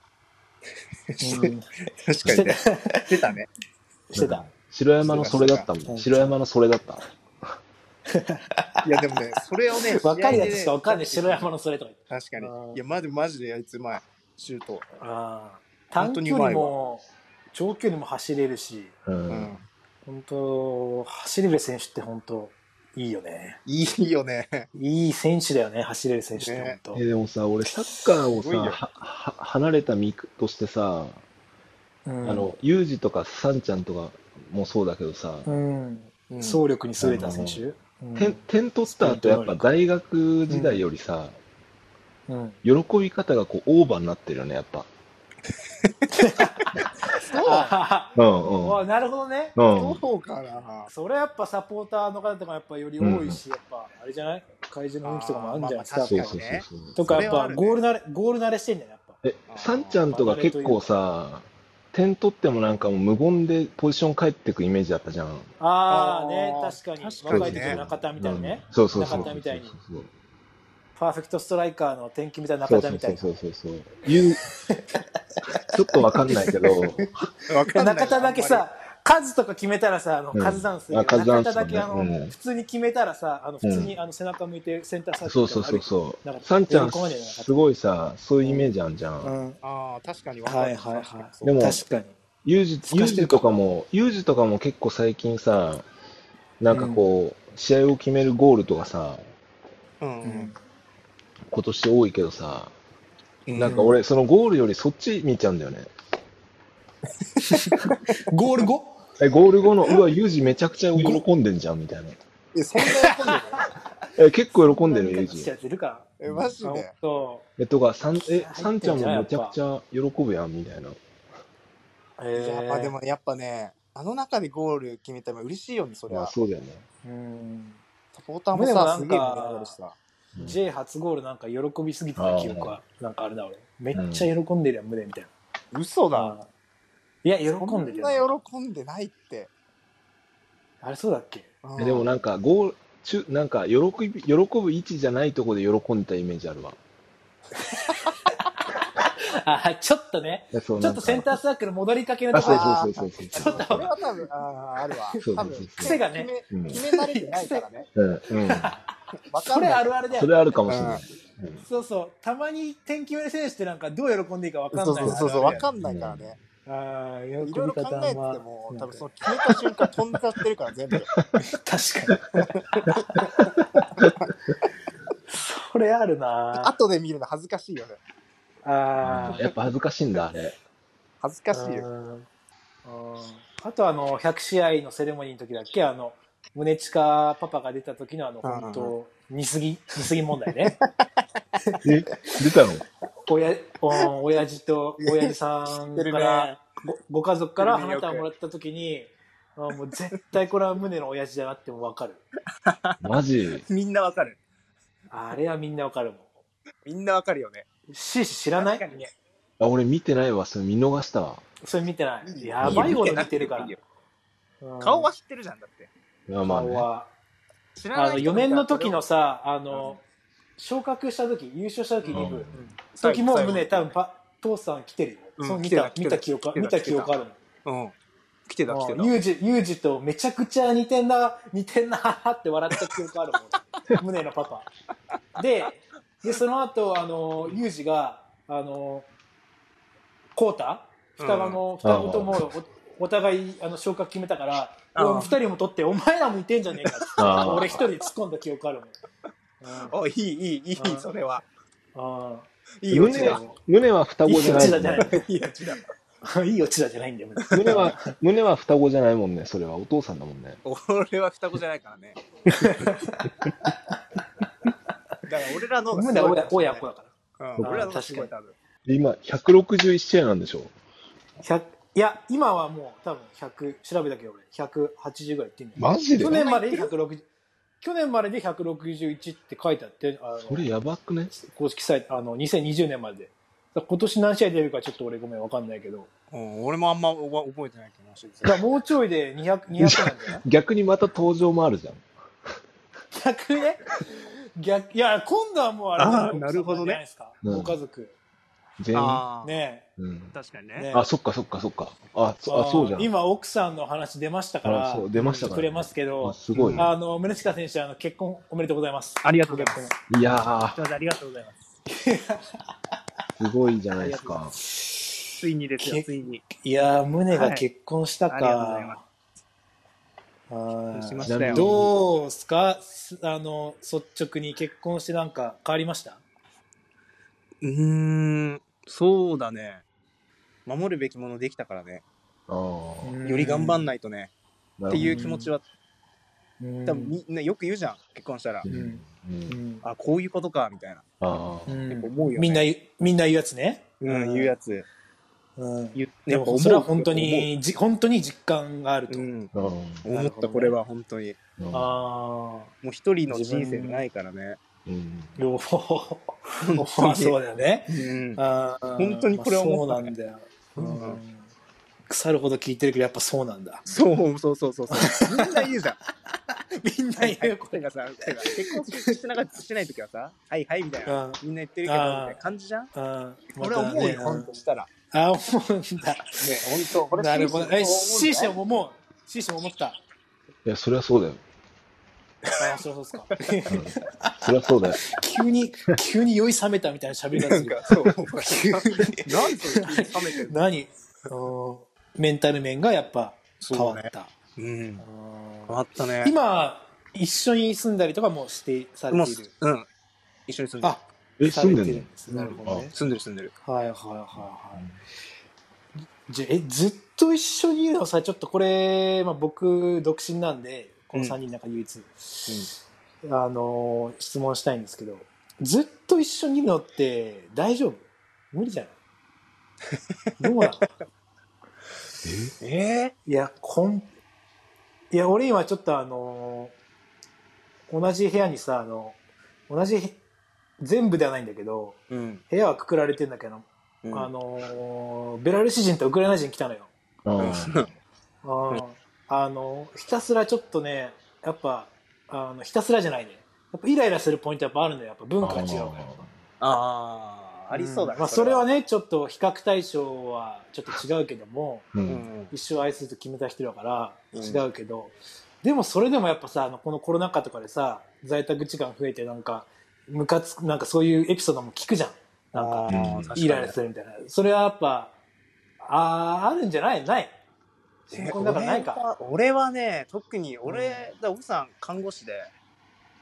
Speaker 6: 確か
Speaker 2: して
Speaker 6: にね
Speaker 2: た。。
Speaker 6: 出たね。
Speaker 2: して
Speaker 3: うん
Speaker 2: た。
Speaker 3: 白山のそれだっ
Speaker 2: そ
Speaker 3: たも
Speaker 2: うか
Speaker 3: ん。白山のそれだった。
Speaker 6: いや、でもね、それをね、
Speaker 2: 若いや
Speaker 6: 試合で
Speaker 2: つ
Speaker 6: ね
Speaker 2: しか わかんない。白山のそれとか言って。
Speaker 6: 確かに
Speaker 2: あー。
Speaker 6: いや、マジマジであいつ前、シュート。
Speaker 2: ああ。短
Speaker 6: 本当
Speaker 2: 距
Speaker 6: にう
Speaker 2: 離
Speaker 6: まいわ
Speaker 2: も、長距離も走れるし、
Speaker 3: う
Speaker 6: うんん。。
Speaker 2: 本当走れる選手って本当いいよね。
Speaker 6: いいよね。
Speaker 2: いい選手だよね、走れる選手って、
Speaker 6: ね
Speaker 2: 本当、
Speaker 3: えでもさ、俺、サッカーを
Speaker 6: す
Speaker 3: さ、
Speaker 6: ごいよ
Speaker 3: はは離れた身としてさ、
Speaker 2: うん
Speaker 3: あの、ユージとかサンちゃんとかもそうだけどさ、
Speaker 2: うん、
Speaker 6: うん
Speaker 2: 走力に優れた選手、うん
Speaker 3: 点点取った後、やっぱ大学時代よりさ、
Speaker 2: うん
Speaker 3: 喜び方がこうオーバーになってるよね、やっぱ。
Speaker 2: あ
Speaker 3: うん
Speaker 2: ー
Speaker 3: うん。
Speaker 2: おなるほどね、
Speaker 3: うん、
Speaker 6: そうかな。
Speaker 2: それやっぱサポーターの方とかやっぱより多いし、やっぱあれじゃない会場の雰囲気とかもあるんじゃないですか、
Speaker 6: あー
Speaker 3: そう
Speaker 6: まあまあ
Speaker 2: やっぱ
Speaker 3: そうそうそう。
Speaker 2: とか
Speaker 6: それ
Speaker 2: やっ
Speaker 6: はあ
Speaker 2: ぱ
Speaker 6: るね
Speaker 2: ゴール慣れ、ゴール慣れしてんだよ、やっぱ。
Speaker 3: え、サンちゃんとか結構さ、点取ってもなんかもう無言でポジション帰ってくイメージだったじゃん。
Speaker 2: ああね、
Speaker 6: あー
Speaker 2: 確かに、
Speaker 6: 確かにね
Speaker 2: 若い時の中田みたいなね、
Speaker 3: うんそうそうそう。
Speaker 2: 中田みたいに
Speaker 3: そうそうそう
Speaker 2: パーフェクトストライカーの転機みたいな中田みたいな。
Speaker 3: そうそうそうそうそう。言う、ちょっとわかんない けど、
Speaker 6: わかんない
Speaker 2: 中田だけ、さ、数とか決めたらさ、あの、
Speaker 3: うん
Speaker 2: 数ダンスだけ
Speaker 3: あ
Speaker 2: ど、
Speaker 3: カ
Speaker 2: 中
Speaker 3: ズダンス
Speaker 2: 田
Speaker 3: だ
Speaker 2: だ
Speaker 3: ね
Speaker 2: けあの、
Speaker 3: うん
Speaker 2: 普通に決めたらさ、あの、普通に
Speaker 3: う
Speaker 2: あの、背中向いてセンターサーク
Speaker 3: そ
Speaker 2: ル
Speaker 3: うそうそうそう
Speaker 2: 歩いてるなん。か
Speaker 3: サンちゃん、
Speaker 2: 喜ばねえな
Speaker 3: すごいさ、そういうイメージあんじゃん。
Speaker 2: ん。
Speaker 6: ああー、確かにわか
Speaker 2: は
Speaker 6: んないい
Speaker 2: はいはい。
Speaker 3: でも
Speaker 2: 確かに。
Speaker 3: ユージ、
Speaker 2: 透
Speaker 3: ユー
Speaker 2: かして
Speaker 3: ジ
Speaker 2: る
Speaker 3: とかも、ユージとかも結構最近さ、なんかこう、試合を決めるゴールとかさ、
Speaker 6: うんう
Speaker 2: うんん。
Speaker 3: 今年多いけどさ、
Speaker 6: うん
Speaker 3: なんか俺、そのゴールよりそっち見ちゃうんだよね。
Speaker 2: ゴール後
Speaker 3: え、ゴール後の、うわ、ユージめちゃくちゃ喜んでんじゃん、みたいな。
Speaker 6: えそんな喜んでる
Speaker 3: え、結構喜んでる、エイ
Speaker 2: ちっち
Speaker 3: ジ
Speaker 2: ゃい。やついるから。
Speaker 6: え、マジ
Speaker 2: あほ
Speaker 6: で
Speaker 2: んと
Speaker 3: え、とか、さん、え、サンちゃんもめちゃくちゃ喜ぶやん、みたいな。
Speaker 2: え
Speaker 6: いや
Speaker 2: ー
Speaker 6: まあでもやっぱね、あの中でゴール決めたら嬉しいよね、そり
Speaker 3: まあ、
Speaker 6: ゃ。
Speaker 3: そうだよね。
Speaker 2: うん。
Speaker 6: サポーターも
Speaker 2: でもなん
Speaker 6: さ、
Speaker 2: か
Speaker 6: すげえ盛り上がるしさ。
Speaker 3: うん
Speaker 2: J 初ゴールなんか喜びすぎてた記憶は、なんかあれだ俺。めっちゃ喜んでるやん、胸みたい
Speaker 6: 嘘
Speaker 2: な。
Speaker 6: だ。
Speaker 2: あーいや、喜んでるよ
Speaker 6: そんな喜んでないって。
Speaker 2: あれそうだっけ
Speaker 6: うん
Speaker 3: えでもなんか、ゴール、中、なんか、喜び、喜ぶ位置じゃないとこで喜んでたイメージあるわ。
Speaker 2: あ、ちょっとね。
Speaker 3: えそう
Speaker 2: ちょっとセン
Speaker 3: ー。
Speaker 2: ターサークル戻りかけの
Speaker 3: あ、
Speaker 2: とこ
Speaker 3: そ
Speaker 2: ろ
Speaker 3: うそうそうそうそう。
Speaker 2: ちょっ
Speaker 6: それは多分、あーあるわ
Speaker 3: そうそうそう。
Speaker 6: 多分
Speaker 2: 癖がね
Speaker 6: 決
Speaker 3: うん
Speaker 6: め、決め慣れてないからね。
Speaker 3: うん、うん。
Speaker 6: わか
Speaker 2: そ
Speaker 6: んな
Speaker 2: れ
Speaker 6: い
Speaker 2: あるあるだよ
Speaker 3: そ
Speaker 2: ね。
Speaker 3: れあるかもしれない。うん
Speaker 2: そうそう。たまに天気の選手ってなんかどう喜んでいいか分かん
Speaker 6: そう
Speaker 2: ない。
Speaker 6: そうそうそう、
Speaker 2: あ
Speaker 6: わ
Speaker 2: れ
Speaker 6: かんないからね。
Speaker 2: あー、
Speaker 6: い
Speaker 2: 喜
Speaker 6: ろい
Speaker 2: び
Speaker 6: ろ考
Speaker 2: 方
Speaker 6: えてて
Speaker 2: は
Speaker 6: も、
Speaker 2: なん
Speaker 6: 多分
Speaker 2: か
Speaker 6: その決めた瞬間飛んじゃってるから、全部。
Speaker 2: 確かに。それあるな
Speaker 6: 後で見るの恥ずかしいよね。
Speaker 2: あー
Speaker 3: やっぱ恥ずかしいんだ、あれ。
Speaker 6: 恥ずかしいよ。
Speaker 2: うんうんあとあの、100試合のセレモニーの時だっけあの、胸チカパパが出た時のあの、本当似すぎ、似すぎ問題ね。
Speaker 3: え、出たの
Speaker 2: 親、お親父と、 親父さん
Speaker 6: 知ってる
Speaker 2: か
Speaker 6: ね
Speaker 2: ら、ごご家族から花束
Speaker 6: よく
Speaker 2: もらった時に、あもう絶対これは胸の親父だなってもわかる。
Speaker 3: マジ
Speaker 6: みんなわかる。
Speaker 2: あれはみんなわかるも
Speaker 6: みんなわかるよね。
Speaker 2: ん。シーシー知らない
Speaker 6: 確かにね
Speaker 3: あ、俺見てないわ、それ見逃したわ。
Speaker 2: それ見てない
Speaker 6: いい。よ
Speaker 2: やばいほど見てるか
Speaker 6: い
Speaker 2: ら
Speaker 6: いよ。
Speaker 2: うん
Speaker 6: 顔は知ってるじゃん、だって。
Speaker 3: まあまあ
Speaker 2: 顔
Speaker 3: ね。
Speaker 2: は。
Speaker 6: 知
Speaker 2: あの、4年の時のさ、
Speaker 6: さ、
Speaker 2: あの、昇格した時、優勝した時に、
Speaker 3: うん
Speaker 2: 時も胸多分パ、父さん来てるよ。
Speaker 6: うん
Speaker 2: その見
Speaker 6: 来て
Speaker 2: た
Speaker 6: た、来
Speaker 2: 見
Speaker 6: てた
Speaker 2: た記憶あ、見た記憶あるもん。
Speaker 6: うん。来てた、来てた。
Speaker 2: ユージ、ユージとめちゃくちゃ似てんな、似てんなって笑った記憶あるも ん。胸のパパ。で、で、その後、あの、ユージが、あの、コータ双子の、双子とも、おお互い、あの、昇格決めたから、
Speaker 6: あー
Speaker 2: お二人も取って、お前らも似てんじゃねえか
Speaker 3: あ
Speaker 2: って。
Speaker 3: ー
Speaker 2: 俺一人で突っ込んだ記憶あるもん。うん
Speaker 6: おいい、いい、いい
Speaker 2: うん、
Speaker 6: それは。
Speaker 2: あ
Speaker 6: いいオチ
Speaker 3: 胸
Speaker 6: だ
Speaker 3: は。、胸は双
Speaker 2: ーい
Speaker 3: 子じ
Speaker 2: い
Speaker 3: ゃ
Speaker 2: オ
Speaker 3: ない
Speaker 2: チだ
Speaker 3: もん
Speaker 2: じゃ
Speaker 3: ね
Speaker 2: ない。
Speaker 6: いいオチだ。
Speaker 2: いいオチだじゃないんだよ。胸
Speaker 3: 胸は、胸は双子じゃないもんね、それは。お父さんだもんね。
Speaker 6: 俺は双子じゃないか らね。だから俺らの方がす
Speaker 2: 胸は
Speaker 6: ごい
Speaker 2: 親親子だから。
Speaker 6: うん俺らの方がすごい多分。
Speaker 3: で今、161試合なんでしょ
Speaker 2: 100いや今はもう多分100調べたけど俺180ぐらいいってんねん
Speaker 3: マジで
Speaker 2: 去年までで160去年までで161って書いてあってあ
Speaker 3: そ
Speaker 2: の
Speaker 3: れやばくね
Speaker 2: 公式サイトあの2020年まででだから今年何試合出るかちょっと俺ごめんわかんないけど
Speaker 6: うん俺もあんま覚覚えてないけどマジで
Speaker 2: だからもうちょいで200200なん じゃない
Speaker 3: 逆にまた登場もあるじゃん。
Speaker 2: 逆ね逆いや今度はもうあれ
Speaker 6: あーなるほど
Speaker 2: じ
Speaker 6: ね
Speaker 2: ゃないですか
Speaker 3: うん
Speaker 2: ご家族
Speaker 3: 全員。
Speaker 6: ああ、
Speaker 2: ね
Speaker 3: うん。
Speaker 6: 確かに
Speaker 2: え
Speaker 6: ね。
Speaker 2: ねえ
Speaker 3: あ、そっかそっかそっか。あ、そあそうじゃん。
Speaker 2: 今奥さんの話出ましたから
Speaker 3: あそう出ましたからね
Speaker 2: 触れますけど
Speaker 3: あすごい。
Speaker 2: あの、宗近選手、あの、結婚おめでとうございます。
Speaker 6: ありがとうございます。
Speaker 3: いや
Speaker 6: すいませんありがとうございます。
Speaker 3: ー、すごいじゃないですか。
Speaker 6: ついにですよ、
Speaker 2: け
Speaker 6: ついに。
Speaker 2: いやー、宗が結婚した
Speaker 6: はいありがとうござい
Speaker 2: か。は
Speaker 6: し
Speaker 2: い
Speaker 6: ました
Speaker 3: ちなみに
Speaker 6: よ。
Speaker 2: どうですかすあの、率直に結婚してなんか変わりました
Speaker 6: うーん、そうだね。守るべきものできたからね。
Speaker 3: あー
Speaker 6: より頑張ん
Speaker 2: ない。
Speaker 6: ないとね。
Speaker 3: なるほど
Speaker 6: っていう気持ちは、
Speaker 2: うん
Speaker 6: 多分みんなよく言うじゃん、結婚したら
Speaker 3: う。ん。う。
Speaker 2: うんん
Speaker 6: あ、こういうことか、みたいな。
Speaker 3: あ
Speaker 2: う
Speaker 3: あ。
Speaker 2: ん
Speaker 6: やっぱ思うよね
Speaker 2: みんな言う、みんな言うやつね。
Speaker 6: うん、言うやつ。
Speaker 2: うん
Speaker 6: 言う
Speaker 2: で
Speaker 6: やっぱ思
Speaker 2: も、
Speaker 6: う
Speaker 2: それは本当に、じ本当に実感があると
Speaker 6: 思う。うん。
Speaker 3: うん
Speaker 6: 思った、これは本当に。
Speaker 3: うん
Speaker 2: ああ。
Speaker 6: もう一人の人生ないからね。
Speaker 3: うん。
Speaker 2: 両方。 まあそうだよね。
Speaker 6: うん。
Speaker 2: あー
Speaker 6: 本当にこれは思っ
Speaker 2: まあそ
Speaker 6: た
Speaker 2: うなんだよ、
Speaker 6: うん
Speaker 2: うん腐るほど聞いてるけどやっぱそうなんだ
Speaker 6: そうそうそうそうそう。みんな言うじゃん。
Speaker 2: みんな言うこ
Speaker 6: 声がさ、声が結婚しながらしてない時はさ、はいはいみたいな。
Speaker 2: と
Speaker 6: みんな言ってるけど、み
Speaker 2: あー
Speaker 6: たいな感じじゃん。
Speaker 2: あ
Speaker 6: 俺は思うよ、ほんとしたら。ね、
Speaker 2: あ思うんだ
Speaker 6: ほんと。これ
Speaker 2: なるほどえシーシャ
Speaker 6: も。
Speaker 2: も思うシーシャも思った
Speaker 3: いや、そりゃそうだよ。
Speaker 2: ああそうそうっすか
Speaker 3: うんそりゃ そうだよ。
Speaker 2: 急に急に酔い冷めたみたいな喋り方
Speaker 6: な
Speaker 2: す
Speaker 6: ん
Speaker 2: る
Speaker 6: か、そう。なんでそれ冷めてる の
Speaker 2: 何うんメンタル面がやっぱ変わった、
Speaker 6: うん。
Speaker 2: うん
Speaker 6: 変わったね。
Speaker 2: 今一緒に住んだりとかもしてされ
Speaker 6: も
Speaker 2: ている
Speaker 6: う、うん。一緒に住んでる。
Speaker 2: あ
Speaker 3: え、
Speaker 2: さ
Speaker 3: 住
Speaker 2: れ
Speaker 3: ん
Speaker 2: て
Speaker 3: で
Speaker 2: る
Speaker 3: んの
Speaker 2: んですなるほどね
Speaker 6: 住んでる住んでる。
Speaker 2: はいはいはいはい。じゃえずっと一緒にいるのさちょっとこれ、まあ、僕独身なんでこの3人の中で唯一、あの質問したいんですけどずっと一緒にいるのって大丈夫無理じゃ ないどうなのえーいやこんいや俺今ちょっとあの同じ部屋にさあの同じへ全部ではないんだけど
Speaker 5: うん。
Speaker 2: 部屋はくくられてんだけど、
Speaker 5: うん
Speaker 2: あのベラルーシ人とウクライナ人来たのよ
Speaker 3: ああ。
Speaker 2: うんあのひたすらちょっとねやっぱあのひたすらじゃないねやっぱイライラするポイントやっぱあるんだよやっぱ文化が違うから
Speaker 5: ああ、ありそうだ
Speaker 2: んまあ、それは。ねちょっと比較対象はちょっと違うけども
Speaker 3: う。
Speaker 5: うんん。
Speaker 2: 一生愛すると決めた人だから
Speaker 5: うん
Speaker 2: 違うけど、でもそれでもやっぱさあのこのコロナ禍とかでさ在宅時間増えてなんかムカつくなんかそういうエピソードも聞くじゃんなんか
Speaker 3: うん
Speaker 5: あー
Speaker 2: イライラするみたいなそれはやっぱあーあるんじゃないない新
Speaker 6: え
Speaker 2: 婚だからないか
Speaker 6: 俺は俺はね、特に俺、だ奥さん看護師で、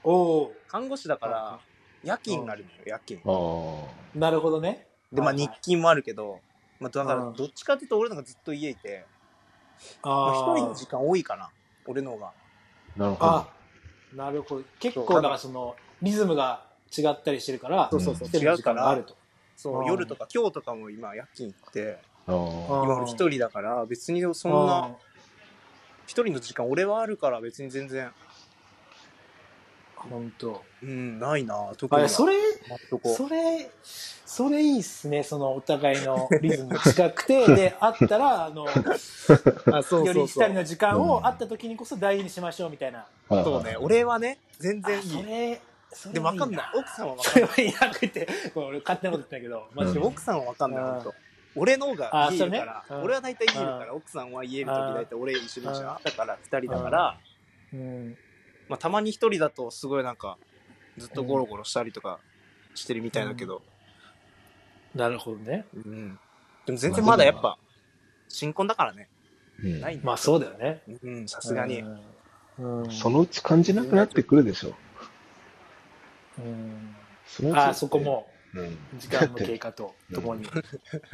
Speaker 2: おお
Speaker 6: 看護師だから、夜勤になるのよ、夜勤。
Speaker 3: ああ。
Speaker 2: なるほどね
Speaker 6: で、まあ
Speaker 2: はいはい
Speaker 6: 日勤もあるけど、まあだから
Speaker 2: うん
Speaker 6: どっちかというと俺の方がずっと家いて、まあ一、
Speaker 2: あー
Speaker 6: 人の時間多いかな、俺の方が。
Speaker 3: なるほど
Speaker 2: あ。なるほど結構だからそのリズムが違ったりしてるから
Speaker 3: そうそうそう
Speaker 2: 一人の時間があると
Speaker 6: そう、
Speaker 2: うん
Speaker 6: 夜とか今日とかも今夜勤行って、
Speaker 3: ああ。
Speaker 6: 今俺一人だから別にそんな、一人の時間俺はあるから別に全然、
Speaker 2: 本当
Speaker 6: うん、ないな、特
Speaker 2: あいや
Speaker 6: には。
Speaker 2: それ
Speaker 6: 今んとこ
Speaker 2: それそれいいっすねそのお互いのリズムが近くてであったらあの
Speaker 6: あ、そ
Speaker 2: より一人の時間
Speaker 3: う
Speaker 2: を
Speaker 3: ん
Speaker 2: 会った時にこそ大事にしましょうみたいな
Speaker 6: そうね、俺はね、全
Speaker 2: あ
Speaker 6: 然
Speaker 2: そ
Speaker 6: いい。
Speaker 2: れそれ
Speaker 6: で、わかんない。奥さんはわかん
Speaker 2: それはいなくてこれ俺勝手なこと言ったけどマジ
Speaker 6: な
Speaker 2: で
Speaker 6: い。
Speaker 2: 僕
Speaker 6: 奥さんはわかんない、
Speaker 2: うん
Speaker 6: ほんと。俺の方が
Speaker 2: あ
Speaker 6: 家い
Speaker 2: そう
Speaker 6: る
Speaker 2: ね
Speaker 6: から、
Speaker 2: うん
Speaker 6: 俺は大体家いるか
Speaker 2: う
Speaker 6: ら、奥さんは家いるとき大体俺一緒にいるじゃ
Speaker 2: うん
Speaker 6: ん。だから二人だから、
Speaker 2: うん
Speaker 6: まあたまに一人だとすごいなんか、ずっとゴロゴロしたりとかしてるみたいだけど、
Speaker 2: なるほどね
Speaker 6: うん。でも全然まだやっぱ、新婚だからね。
Speaker 3: うん
Speaker 6: ないんだ
Speaker 2: まあそうだよね
Speaker 6: うん、さすがに。
Speaker 2: うんうん
Speaker 3: そのうち感じなくなってくるでしょ。
Speaker 2: うん
Speaker 3: そのうち
Speaker 2: あそこ。も
Speaker 3: うん。
Speaker 2: 時間の経過とともに
Speaker 3: 2、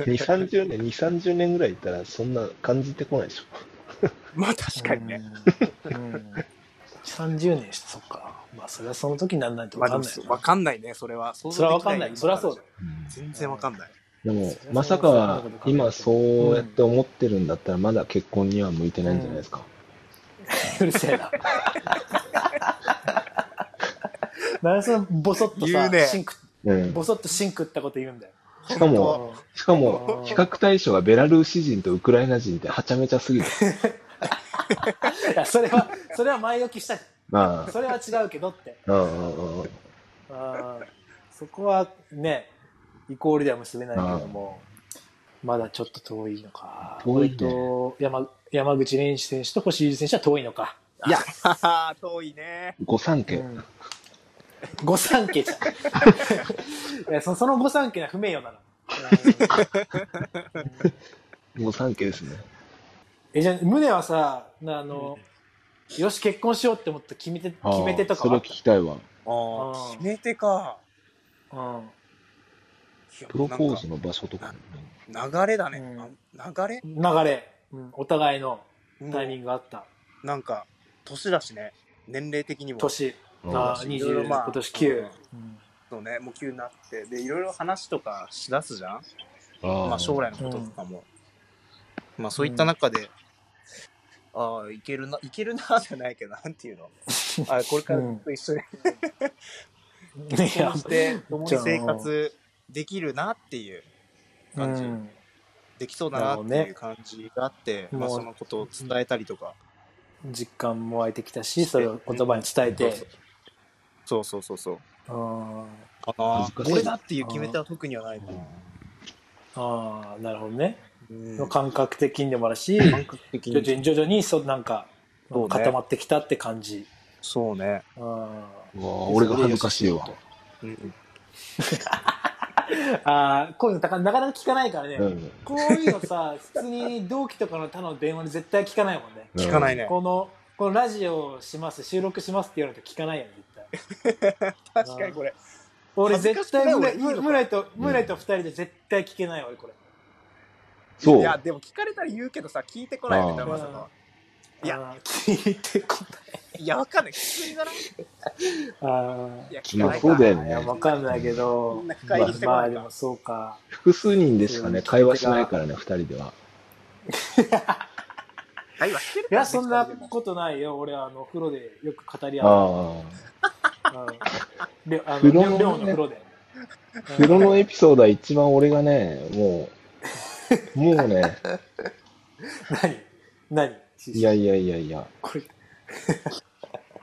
Speaker 3: 30年、2、30年ぐらいいたら、そんな感じてこないでしょ。
Speaker 6: まあ確かにね。
Speaker 2: うん。うん30年してそっか。まあそれはその時にならないと
Speaker 6: ま
Speaker 2: 分
Speaker 6: あ
Speaker 2: かん
Speaker 6: で
Speaker 2: ない
Speaker 6: も
Speaker 2: よ
Speaker 6: そう
Speaker 2: ね、
Speaker 6: わかんないね、それは。想
Speaker 2: それは分か
Speaker 6: 像でき
Speaker 2: ん
Speaker 6: よ
Speaker 2: ない。それはそうだよ。
Speaker 6: 全然わかんない。
Speaker 3: でも
Speaker 2: そ、う
Speaker 3: まさか今そうやって思ってるんだったら、まだ結婚には向いてないんじゃないですか。
Speaker 2: うるせえな。なんでそのボソッと
Speaker 6: 言
Speaker 2: さ、
Speaker 6: うね
Speaker 2: シンク、
Speaker 3: うん。
Speaker 2: ボソッとシンクったこと言うんだよ。
Speaker 3: しかも、
Speaker 2: うん
Speaker 3: しかも、比較対象がベラルーシ人とウクライナ人ってはちゃめちゃすぎる。
Speaker 2: いや、それは、それは前置きした。
Speaker 3: ま
Speaker 2: それは違うけどって。
Speaker 3: あ、うんうんうん。
Speaker 2: あーそこはね、イコールでは結べないけども、まだちょっと遠いのか。
Speaker 3: 遠いね
Speaker 2: えっと山山口蓮司選手と星優選手は遠いのか。
Speaker 6: いや、はは遠いね。
Speaker 3: 御三家。
Speaker 2: うん御三家 じゃんいやそ。その御三家は不名誉なの。
Speaker 3: 御三家ですね。
Speaker 2: えじゃあ、胸はさ、なあの、よし、結婚しようって思って決めて、決
Speaker 3: ああ
Speaker 2: めてとか
Speaker 3: それ
Speaker 2: は
Speaker 3: 聞きたいわ。
Speaker 5: あ
Speaker 2: あ
Speaker 5: あ、
Speaker 2: ー
Speaker 5: 決め手か。
Speaker 2: うん
Speaker 3: プロポーズの場所とか。
Speaker 6: なんか流れだね。
Speaker 2: うん
Speaker 6: あ流れ
Speaker 2: 流れ、うんお互いのタイミン
Speaker 6: グ。
Speaker 2: グがあった。
Speaker 6: なんか、年だしね。年齢的にも。
Speaker 2: 年、
Speaker 3: うん
Speaker 2: あ
Speaker 6: うん
Speaker 2: 二
Speaker 6: いろい
Speaker 2: 十
Speaker 6: ろまあ
Speaker 2: 今年9。
Speaker 6: そうね、もう急になって。で、いろいろ話とかしだすじゃん。
Speaker 3: あ
Speaker 6: まあ将来のこととかも。まあそういった中で、ああ、いけるな、いけるな、 じゃないけど、なんていうの。あこれからずっと一緒に
Speaker 2: うんいや
Speaker 6: 共にして、共に
Speaker 2: じゃあ
Speaker 6: 生活できるなっていう感じ。
Speaker 2: うん
Speaker 6: できそうだな
Speaker 2: なる
Speaker 6: って
Speaker 2: ほど
Speaker 6: い
Speaker 2: ね
Speaker 6: う感じがあって、
Speaker 2: もう
Speaker 6: まあ、そのことを伝えたりとか、
Speaker 2: 実感も湧いてきたし、それを言葉に伝えて。
Speaker 6: そうそうそうそう
Speaker 2: うん
Speaker 6: かな
Speaker 3: 難しい
Speaker 6: 俺だっていう決め手は特にはないかな、
Speaker 2: ああ、なるほどね。
Speaker 6: うん
Speaker 2: の感覚的にでもあるし、
Speaker 6: 感覚的
Speaker 2: 徐々
Speaker 6: に
Speaker 2: に徐々にそうなんか
Speaker 6: そうね
Speaker 2: 固まってきたって感じ。
Speaker 6: そうね、
Speaker 2: あ
Speaker 3: うわ俺が恥ずかしいわ。
Speaker 6: うん、
Speaker 2: あー、こういうのたかなかなか聞かないからね。
Speaker 3: うん
Speaker 2: こういうの さ、普通に同期とかの他の電話で絶対聞かないもんね。
Speaker 6: 聞かないね、
Speaker 2: この、このラジオをします、収録しますって言われると聞かないよね、絶対。
Speaker 6: 確かにこれ
Speaker 2: 俺
Speaker 6: 恥ずか
Speaker 2: 絶
Speaker 6: しくない
Speaker 2: 対
Speaker 6: 俺
Speaker 2: 村
Speaker 6: いいのかな
Speaker 2: 村井と、村井と二人で絶対聞けないわ、俺これ。
Speaker 3: そう
Speaker 6: いやでも聞かれたら言うけどさ聞いてこないよね
Speaker 3: あー
Speaker 6: 騙さんはい
Speaker 2: や、聞いてこない。
Speaker 6: いや、わかんない。普通にならんい
Speaker 2: あ
Speaker 6: や、
Speaker 3: まあそうだよ
Speaker 2: あ、いや、
Speaker 3: ね。
Speaker 2: わかんないけど
Speaker 6: こん、な深
Speaker 2: ま
Speaker 6: 入
Speaker 2: あ
Speaker 6: りしてこ
Speaker 2: ま
Speaker 6: な
Speaker 2: あ、
Speaker 6: い
Speaker 2: で
Speaker 6: か
Speaker 2: もそうか。
Speaker 3: 複数人でしかね、会話しないからね、二人では。
Speaker 6: ら。はい、わしてる
Speaker 2: い
Speaker 6: から
Speaker 2: や、
Speaker 6: ね
Speaker 2: そんなことないよ。俺、あの、風呂でよく語り合う。
Speaker 3: あ
Speaker 2: うんりょあの、
Speaker 3: 風
Speaker 2: り
Speaker 3: 呂
Speaker 2: ょ
Speaker 3: の
Speaker 2: うの風呂で。
Speaker 3: あ。風呂のエピソードは一番俺がね、もう、もうね、
Speaker 2: 何何
Speaker 3: いやいやいやいや、
Speaker 2: これ、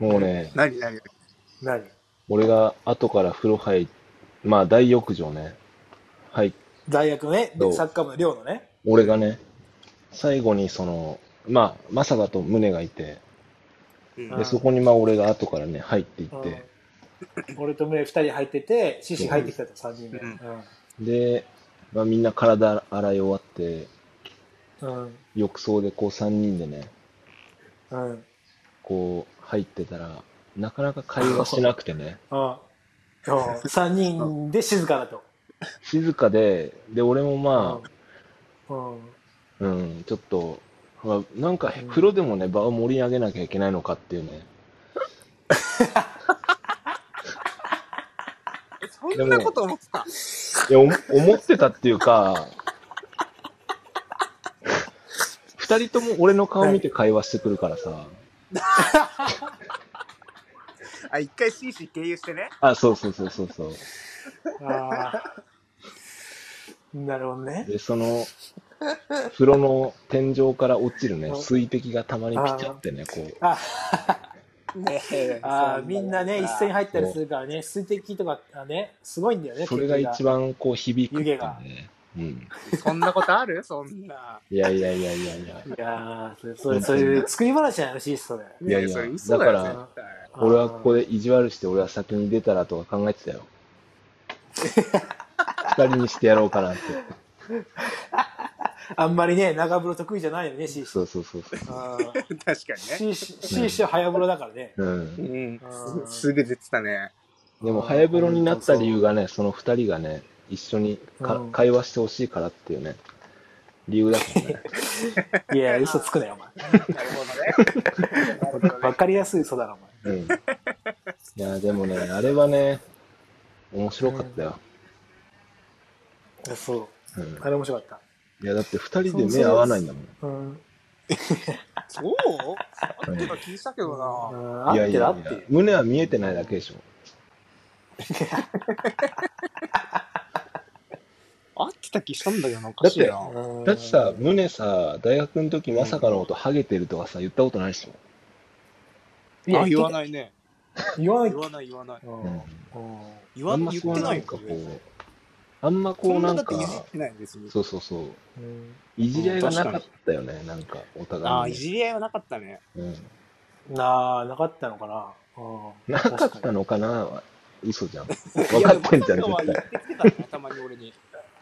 Speaker 3: もうね、
Speaker 6: 何、何
Speaker 2: 何
Speaker 3: 俺が後から風呂入っ、まあ大浴場ね、入っ
Speaker 2: 大学ね、
Speaker 3: どう
Speaker 2: サッカー部の寮のね。
Speaker 3: 俺がね、最後にその、まあ、まさかと胸がいて、
Speaker 6: うん
Speaker 2: うん
Speaker 3: で、そこにまあ俺が後からね、入っていって、
Speaker 2: うん俺と胸二人入ってて、獅子入ってきたと、三人で。
Speaker 6: うん
Speaker 3: で、まあみんな体洗い終わって、
Speaker 2: うん。うん。
Speaker 3: 浴槽でこう3人でね、
Speaker 2: うん。
Speaker 3: こう入ってたら、なかなか会話しなくてね、
Speaker 2: ああ三人で静かだと。
Speaker 3: 静かで、で、俺もまあ、
Speaker 2: うん。うん
Speaker 3: うん、ちょっと、まあなんか風呂でもね、場を盛り上げなきゃいけないのかっていうね。
Speaker 6: えそんなこと思ってた。
Speaker 3: いや、おも思ってたっていうか、二人とも俺の顔見て会話してくるからさ。
Speaker 6: あ、一回 CC 経由してね。
Speaker 3: あ、そうそうそうそうそう。
Speaker 2: ああ。なるほどね。
Speaker 3: で、その、風呂の天井から落ちるね、
Speaker 2: うん
Speaker 3: 水滴がたまにピチャってね、こう。
Speaker 2: あ
Speaker 6: ねえ
Speaker 2: あー、みんなね、一斉に入
Speaker 6: 入
Speaker 2: ったりするからね、水滴とかがね、すごいんだよね、
Speaker 3: それが
Speaker 2: 結
Speaker 3: 一
Speaker 2: 局
Speaker 3: 番こう響くっていうね。うん。
Speaker 6: そんなことあるそんな。
Speaker 3: いやいやいやいやいや。
Speaker 2: が。いやー、それ、それ、そういう作り話じゃないらしいっす、それ。
Speaker 3: いやいや
Speaker 6: ねえそれ嘘だ
Speaker 3: だから
Speaker 6: よ、絶対。
Speaker 3: 俺はここ
Speaker 2: れ。
Speaker 3: で意地悪して俺は先に出たらとか考えてたよ。二人にしてやろうかなって。
Speaker 2: あんまりね、長風呂得意じゃないよね、シーシ
Speaker 3: そうそうそうそう。
Speaker 2: ー。
Speaker 6: 確かにね。
Speaker 2: シーシーシーシーは早風呂だからね。
Speaker 3: うん。
Speaker 6: うん
Speaker 2: うん
Speaker 6: すすぐ出てたね。
Speaker 3: でも早風呂になった理由がね、その二人がね、一緒にか
Speaker 2: うん
Speaker 3: 会話してほしいからっていうね、理由だったね。
Speaker 2: いや、嘘つくなよ、お前。
Speaker 6: なるほどね。なるほどね
Speaker 2: わかりやすい嘘だろ、お前。
Speaker 3: うん。いや、でもね、あれはね、面白かったよ。
Speaker 2: いやそう。
Speaker 3: うん。
Speaker 2: あれ面白かっ
Speaker 3: いや、だって二人で目合わないんだもん。
Speaker 2: た。うん。
Speaker 6: そうあったの聞いたけど
Speaker 2: う
Speaker 6: な。
Speaker 2: ん、あっ
Speaker 3: いや
Speaker 2: て
Speaker 3: い
Speaker 2: る、あ
Speaker 3: や
Speaker 2: っ
Speaker 3: い
Speaker 2: て
Speaker 3: や
Speaker 2: る。
Speaker 3: 胸は見えてないだけでしょ。
Speaker 6: あってた気したんだけどな、お
Speaker 3: かしいな
Speaker 2: うん
Speaker 3: だってさ、胸さ、大学の時まさかのことハゲてるとかさ、言ったことないでしょ。
Speaker 2: いや
Speaker 6: あ、言わないね。
Speaker 2: 言わない
Speaker 6: 言。わない、言わない。
Speaker 2: うん
Speaker 3: う
Speaker 2: う
Speaker 3: ん。
Speaker 2: ん
Speaker 6: 言
Speaker 3: あ
Speaker 6: わ
Speaker 3: んま
Speaker 6: 言っ
Speaker 3: こう
Speaker 6: て
Speaker 3: な
Speaker 6: ない
Speaker 3: ん
Speaker 6: よ
Speaker 3: かこ
Speaker 6: 別に
Speaker 3: う、あんまこ
Speaker 6: そ
Speaker 3: うんな
Speaker 6: なんだって
Speaker 3: か
Speaker 6: いじ、ってない別に。
Speaker 3: そうそうそう、
Speaker 2: うん
Speaker 3: いじり合いがなかったよね、なんか、お互いにね。
Speaker 6: ああ、いじり合いはなかったね。
Speaker 3: うん
Speaker 2: なあ、なかったのかな。うん
Speaker 3: なかった
Speaker 2: 確
Speaker 3: のかなは嘘じゃん。分かってんじゃん、
Speaker 6: いやでも
Speaker 3: 絶
Speaker 6: まさ
Speaker 3: 対。
Speaker 6: かは言ってきてたね、たまに俺に。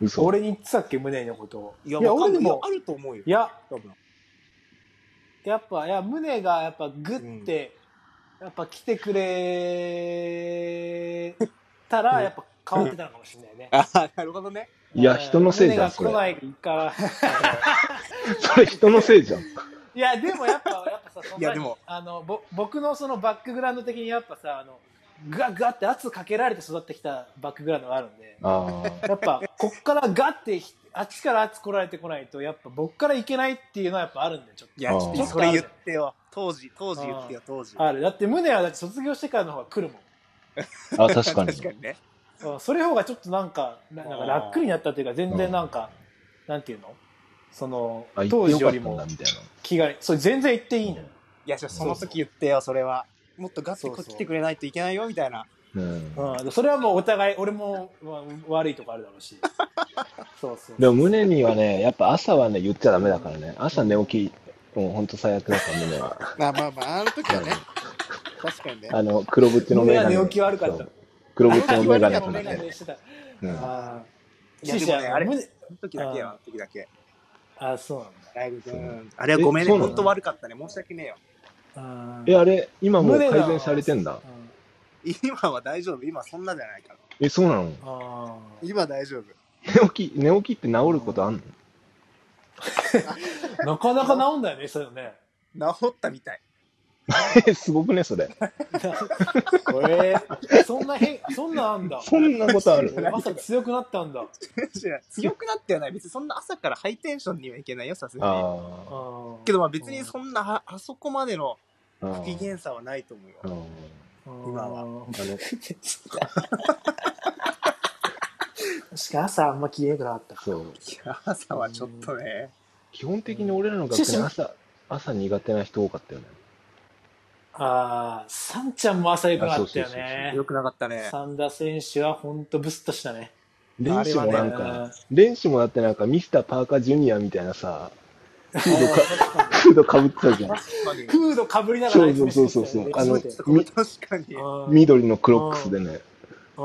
Speaker 3: 嘘。
Speaker 2: 俺に言ってたっけ、胸のこと。
Speaker 6: いや、わか
Speaker 2: 俺
Speaker 6: ん
Speaker 2: で
Speaker 6: ないいや
Speaker 2: も
Speaker 6: あ、ると思うよ
Speaker 2: い。や、
Speaker 6: 多分。
Speaker 2: やっぱ、いや、胸がやっぱグって、やっぱ来てくれたら、やっぱ変わってたのかもしれないね。
Speaker 6: ああ、なるほどね。
Speaker 3: いや、人のせいじゃん、そ
Speaker 2: 胸が来
Speaker 3: れ。
Speaker 2: ないから。
Speaker 3: それ人のせいじゃん。
Speaker 2: いや、でもやっぱ、やっぱさ、その
Speaker 6: いやでも
Speaker 2: あのぼ僕のそのバックグラウンド的にやっぱさ、あの、ガッガッって圧かけられて育ってきたバックグラウンドがあるんで、
Speaker 3: ああ。
Speaker 2: やっぱ、こっからガッて、あっちから圧来られてこないと、やっぱ僕からいけないっていうのはやっぱあるんだよ、ちょっ
Speaker 6: いや、
Speaker 3: あー
Speaker 6: ちょっとそれ言ってよ。当時、当時言ってよ、当時。
Speaker 2: と。ある。だって胸はだって卒業してからの方が来るもん。
Speaker 3: あ、確かに。
Speaker 6: 確かにね。
Speaker 2: うんそれの方がちょっとなんか、ななんか楽になったというか、全然なんか、なんていうのその
Speaker 3: あ、、言っ
Speaker 2: 当
Speaker 3: てよ
Speaker 2: 時
Speaker 3: か
Speaker 2: よ
Speaker 3: っ
Speaker 2: り
Speaker 3: たん
Speaker 2: も
Speaker 3: だ、みたい
Speaker 2: 気が、そう、全然言っていいのよ。
Speaker 6: いや、じゃあその時言ってよ、それは。もっとガッてこっち来てくれないといけないよ、みたいな。
Speaker 3: な。うん。
Speaker 2: うん、それはもうお互い、俺も、まあ悪いとこあるだろう し。そうそう。
Speaker 3: でも、胸にはね、やっぱ朝はね、言っちゃダメだからね。朝寝起き、もうほんと最悪だから、胸は。
Speaker 6: まあまあまあ、あの時はね。確かにね。
Speaker 3: あの、黒縁のメガネ。
Speaker 2: 胸は寝起き悪かった
Speaker 3: そう黒縁のメガネ
Speaker 2: あ
Speaker 3: と
Speaker 2: の
Speaker 3: か
Speaker 2: メガ
Speaker 3: ね
Speaker 2: ネ。してた。
Speaker 3: うん
Speaker 2: あー
Speaker 6: いや
Speaker 2: シーシ
Speaker 6: でもね、あ
Speaker 2: ャ
Speaker 6: れ、
Speaker 2: 胸
Speaker 6: その時だけよ、あの時だけ。
Speaker 2: あ、そうなん
Speaker 6: ライブ君。あれはごめんね、
Speaker 3: そうなの
Speaker 6: 本当悪かったね。申し訳ねえよ。
Speaker 2: だ。あー
Speaker 3: え、あれ、今もう
Speaker 2: 胸
Speaker 3: 改
Speaker 2: が
Speaker 3: 善されてんだ。
Speaker 2: うん
Speaker 6: 今は大丈夫。今そんなじゃないから。
Speaker 3: え、そうなの
Speaker 2: あ
Speaker 6: 今大丈夫。
Speaker 3: 寝起き、寝起きって治ることあんの
Speaker 2: ー なかなか治んだよね、そういうのね。
Speaker 6: 治ったみたい。
Speaker 3: え、すごくね、それ。
Speaker 2: これ、そんな変、そんなんあんだ。
Speaker 3: そんなことある
Speaker 2: まさ強くなったんだ。
Speaker 6: 違う強くなってはない。別にそんな朝からハイテンションにはいけないよ、さすがに。
Speaker 3: あ
Speaker 6: けどまあ別にそんな、ああそこまでの
Speaker 3: あ。
Speaker 6: 不機嫌さはないと思うよ
Speaker 3: あ。ー
Speaker 2: 今
Speaker 6: は
Speaker 3: あの、
Speaker 2: 確か朝あんま機嫌がなかった。
Speaker 3: そう。
Speaker 6: いや、朝はちょっとね。
Speaker 3: 基本的に俺らの学
Speaker 2: シュ
Speaker 3: 年
Speaker 2: シュ
Speaker 3: 朝、朝苦手な人多かったよね。
Speaker 2: ああ、サンちゃんも朝良くなかったよね。
Speaker 6: よくなかったね。
Speaker 2: サンダ選手は本当ブスッとしたね。
Speaker 3: 練習も
Speaker 6: あれ
Speaker 3: な
Speaker 6: は
Speaker 3: ん
Speaker 6: ね
Speaker 3: か、練習もだってなんかミスターパーカージュニアみたいなさ、フードか、フードかぶってたじゃん。
Speaker 6: 確かに。
Speaker 2: フードかぶりながら、
Speaker 3: そうそうそうそうあの
Speaker 2: 確
Speaker 3: み
Speaker 6: 確かに。
Speaker 3: 緑のクロックスでね。
Speaker 2: か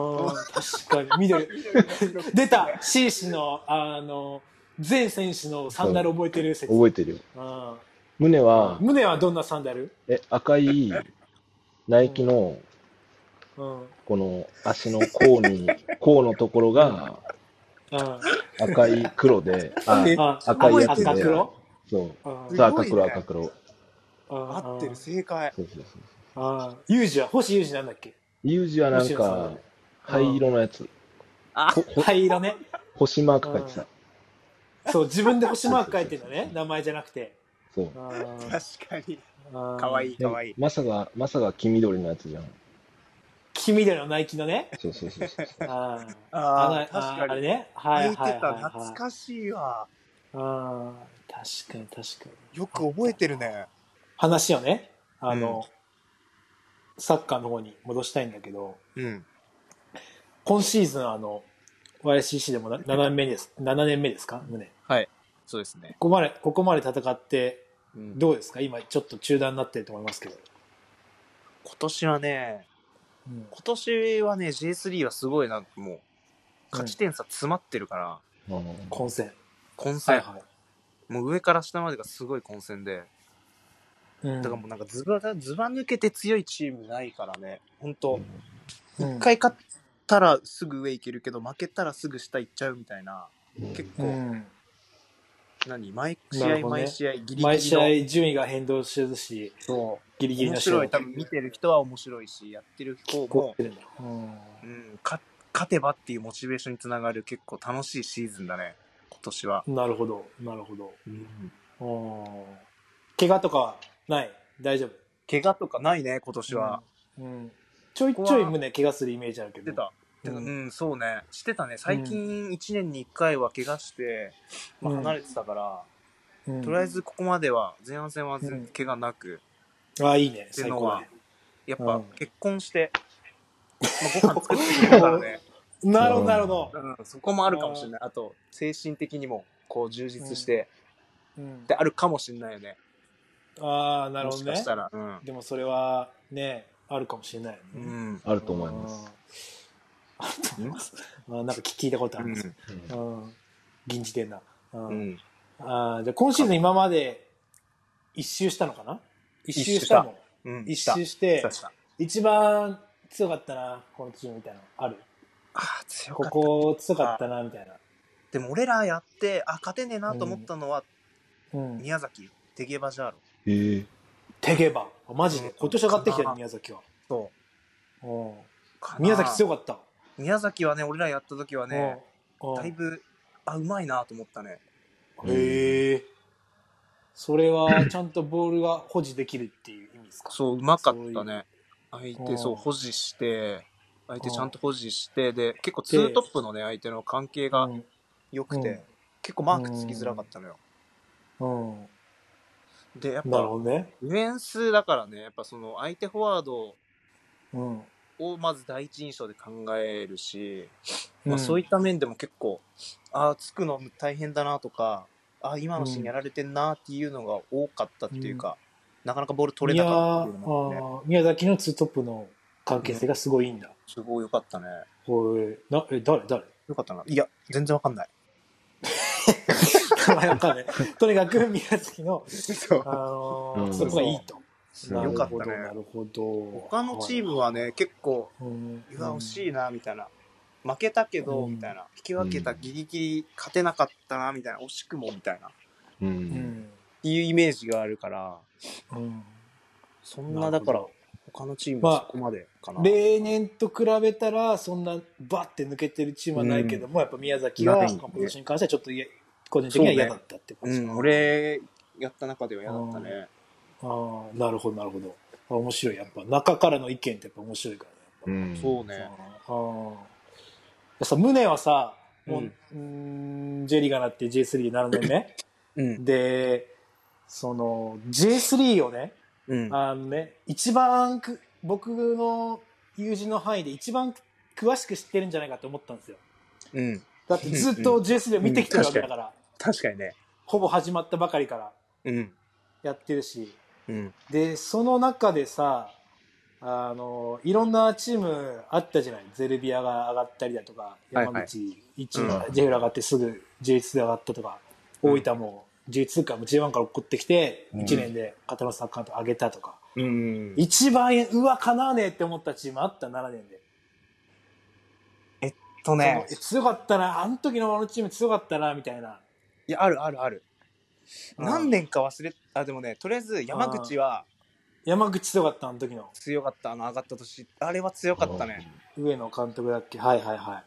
Speaker 2: に、緑。出た !C 氏の、あの、全選手のサンダル覚えてる説。
Speaker 3: 覚えてるよ。
Speaker 2: うん
Speaker 3: 胸は、
Speaker 2: 胸はどんなサンダル
Speaker 3: え、赤い、ナイキの、
Speaker 2: うん。うん。
Speaker 3: この足の甲 に、甲のところが赤い黒で、あ
Speaker 6: え
Speaker 2: あ
Speaker 3: 赤いやつで
Speaker 2: 赤黒
Speaker 3: そう。
Speaker 2: うん
Speaker 6: す
Speaker 3: そう、
Speaker 6: ご
Speaker 3: 赤
Speaker 6: いね
Speaker 3: 黒、赤黒。そう
Speaker 2: うん
Speaker 6: 合ってる、正解。
Speaker 3: そうそう。
Speaker 2: ああ、ユージは、星ユージなんだっけ
Speaker 3: ユージはなん
Speaker 2: もちろんそうだ
Speaker 3: か
Speaker 2: ね、
Speaker 3: 灰色のやつ。
Speaker 6: あ
Speaker 3: ほほ
Speaker 2: 灰色ね。
Speaker 3: 星マーク書いてた。
Speaker 2: そう、自分で星マーク書いてるのね。名前じゃなくて。
Speaker 3: そう。
Speaker 6: 確かに。
Speaker 2: か
Speaker 6: かわいい、
Speaker 3: で
Speaker 6: かわいい。
Speaker 3: まさが、まさが黄緑のやつじゃん。
Speaker 2: 黄緑のナイキのね。
Speaker 3: そうそうそうそう。
Speaker 2: あー
Speaker 6: あ
Speaker 2: あの
Speaker 6: あ、確
Speaker 2: あ
Speaker 6: か
Speaker 2: れ
Speaker 6: に。
Speaker 2: ね。はい
Speaker 6: 言っ
Speaker 2: はいはい、
Speaker 6: てた、
Speaker 2: はい。
Speaker 6: 懐かしいわ。
Speaker 2: あー確かに確かに。
Speaker 6: よく覚えてるね。
Speaker 2: 話をね、あの、サッカーの方に戻したいんだけど、
Speaker 6: うん。
Speaker 2: 今シーズンあの、YCC でもな7年目です。7年目ですか胸。こ
Speaker 6: はい。そうですね。
Speaker 2: こまで、ここまで戦って、
Speaker 6: うん
Speaker 2: どうですか今ちょっと中断になってると思いますけど。
Speaker 6: 今年はね、
Speaker 2: うん
Speaker 6: 今年はね、J3 はすごいなんかもう、勝ち点差詰まってるから、
Speaker 3: あの
Speaker 2: 混戦。
Speaker 6: 混
Speaker 2: はい
Speaker 6: 戦。
Speaker 2: はい。
Speaker 6: もう上から下までがすごい混戦で、
Speaker 2: うん
Speaker 6: だからもうなんかずば、ずば抜けて強いチームないからね、ほんと、
Speaker 2: うん
Speaker 6: 一回勝ったらすぐ上行けるけど、負けたらすぐ下行っちゃうみたいな、結
Speaker 2: う
Speaker 6: 構、
Speaker 2: ん、
Speaker 6: 何、毎試
Speaker 2: なるほ
Speaker 6: 合
Speaker 2: どね
Speaker 6: 毎試合ギリギリの、
Speaker 2: 毎試合順位が変動してるし、
Speaker 6: そう
Speaker 2: ギリギリの
Speaker 6: 面
Speaker 2: 試合
Speaker 6: 白い、多分見てる人は面白いし、やってる方も、
Speaker 2: うん
Speaker 6: うん、か勝てばっていうモチベーションにつながる結構楽しいシーズンだね、今年は。
Speaker 2: なるほど、なるほど。
Speaker 6: うん
Speaker 2: うん怪我とかはない大丈夫
Speaker 6: 怪我とかないね、今年は。、
Speaker 2: うんうんちょいちょい胸怪我するイメージあるけ
Speaker 6: 出
Speaker 2: ど。
Speaker 6: た。
Speaker 2: う
Speaker 6: うんん、そうね。してたね。最近1年に1回は怪我して、まあ、離れてたから、
Speaker 2: うん
Speaker 6: とりあえずここまでは、前半戦は全
Speaker 2: うん
Speaker 6: 怪我なく、
Speaker 2: ああ、いいね。
Speaker 6: て
Speaker 2: 最
Speaker 6: の
Speaker 2: 高
Speaker 6: は
Speaker 2: だね。
Speaker 6: やっ
Speaker 2: う
Speaker 6: ぱ
Speaker 2: ん
Speaker 6: 結婚して、 まあ、ご飯作ってくれるからね、
Speaker 2: なるほど、なるほど。
Speaker 6: うん、そこもあるかもしれない。あと、精神的にもこう充実して、
Speaker 2: うん
Speaker 6: であるかもしれないよね。
Speaker 2: ああ、なる
Speaker 6: も
Speaker 2: ほど
Speaker 6: しか
Speaker 2: ね
Speaker 6: し。たら。うん。
Speaker 2: でもそれはね、あるかもしれないよ
Speaker 6: う
Speaker 2: ね。
Speaker 6: ん。
Speaker 3: あると思います。
Speaker 2: あー。あると思います。あーなんか聞いたことあ
Speaker 6: う
Speaker 2: ります。
Speaker 6: ん。
Speaker 2: うん。銀じてんな。うん
Speaker 6: うん。
Speaker 2: ああ、じゃあ今シーズン今まで一周したのかな一周したの。
Speaker 6: うん。
Speaker 2: 一
Speaker 6: した
Speaker 2: 周して
Speaker 6: した、した
Speaker 2: 一番強かったな、このチームみたいなのある。
Speaker 6: あー強
Speaker 2: こ
Speaker 6: かった。
Speaker 2: こ強かったな、みたいな。
Speaker 6: でも俺らやって、あ、勝てねえなと思ったのは、
Speaker 2: うん。
Speaker 6: 宮崎、テゲバジャーロ。
Speaker 3: ええ。
Speaker 2: てけば。あマジで。
Speaker 6: うん
Speaker 2: 今年上がってきた
Speaker 6: か
Speaker 2: ね、
Speaker 6: な
Speaker 2: 宮崎は。
Speaker 6: そ
Speaker 2: うん
Speaker 6: う
Speaker 2: 宮崎強
Speaker 6: い。
Speaker 2: かった。
Speaker 6: 宮崎はね、俺らやった時はね、
Speaker 2: うん
Speaker 6: だいぶ、あ、うまいなと思ったね。
Speaker 2: うんへえ。それは、ちゃんとボールが保持できるっていう意味ですか。
Speaker 6: そう、うまかったね。相
Speaker 2: うん
Speaker 6: 手、そう、保持して、相手ちゃんと保持して、で、結構
Speaker 2: で
Speaker 6: ツートップのね、相手の関係が
Speaker 2: うん
Speaker 6: 良く
Speaker 2: うん
Speaker 6: て、結構マークつきづらかったのよ。
Speaker 2: うん。
Speaker 6: で、やっぱ、デ
Speaker 2: なる
Speaker 6: ィ
Speaker 2: ほどね。
Speaker 6: フェンスだからね、やっぱその、相手フォワード
Speaker 2: うん。
Speaker 6: をまず第一印象で考えるし、
Speaker 2: う
Speaker 6: ま
Speaker 2: ん
Speaker 6: あ、そういった面でも結構、ああ、つくの大変だなとか、ああ、今のシーンやられてんなっていうのが多かったっていうか、なかなかボール取れなかったっていうのも
Speaker 2: 宮あー宮
Speaker 6: ね、
Speaker 2: 崎のツートップの関係性がすごいいいんだ。
Speaker 6: すごい良かったね。
Speaker 2: おいなえ、誰誰
Speaker 6: 良かったな。いや、全然わかんない。
Speaker 2: 名前わかんない。とにかく宮崎の、
Speaker 6: そう
Speaker 2: あのー
Speaker 3: うん
Speaker 2: そこがいいと。
Speaker 3: う
Speaker 2: なる
Speaker 6: よかった
Speaker 2: ほ
Speaker 6: ね
Speaker 2: ど、なるほど。
Speaker 6: 他のチームはね、結構、
Speaker 2: うん、
Speaker 6: うわ、惜しいな、みたいな。負けたけど、
Speaker 2: うん
Speaker 6: みたいな。引き分けたギリギリ勝てなかったな、みたいな。惜しくも、みたいな。っ
Speaker 3: う。
Speaker 2: うんん。
Speaker 6: ていうイメージがあるから、
Speaker 2: うん。
Speaker 6: そんなだから他のチーム
Speaker 2: まあ
Speaker 6: はそこまでかな、
Speaker 2: 例年と比べたら、そんなバッて抜けてるチームはないけども、やっぱ宮崎は、
Speaker 6: ないね
Speaker 2: 今年に関してはちょっといや個人的には嫌だったって感
Speaker 6: う
Speaker 2: じ
Speaker 6: ん、俺やった中では嫌だったね
Speaker 2: ああ、なるほど、なるほど。あ面白い。やっぱ、中からの意見ってやっぱ面白いからね。
Speaker 3: うん。
Speaker 6: そう
Speaker 2: やっ
Speaker 6: ね
Speaker 2: ぱそうああ。さ、宗はさ、もう、
Speaker 6: うん
Speaker 2: うーん、J リーガーになって J3 で7年 目。
Speaker 6: うん
Speaker 2: で、その、J3 をね、
Speaker 6: うん
Speaker 2: あのね、一番く、僕の友人の範囲で一番詳しく知ってるんじゃないかと思ったんですよ。
Speaker 6: うん
Speaker 2: だってずっと J3 を見てきてるわけだから、
Speaker 6: 確かにね
Speaker 2: ほぼ始まったばかりから
Speaker 6: うん
Speaker 2: やってるし。
Speaker 6: うん
Speaker 2: で、その中でさ、あの、いろんなチームあったじゃない。ゼルビアが上がったりだとか、
Speaker 6: はい
Speaker 2: 山口一位、
Speaker 6: う
Speaker 2: J フラ上がってすぐ J2 で上がったとか、
Speaker 6: うん
Speaker 2: 大分も J2 から J1 から落っこってきて、
Speaker 3: うん
Speaker 2: 1年で片野サッカーと上げたとか、
Speaker 6: うん
Speaker 2: 一番、うわ、かなわねえって思ったチームあった、7年で。
Speaker 6: とね
Speaker 2: その強かったな、あの時のあのチーム強かったな、みたいな。
Speaker 6: いやあるあるある
Speaker 2: うん
Speaker 6: 何年か忘れあでもねとりあえず山口は
Speaker 2: 山口強かった、あの時の。
Speaker 6: 強かったあの上がった年あれは強かったね
Speaker 2: 上野監督だっけはいはいはい。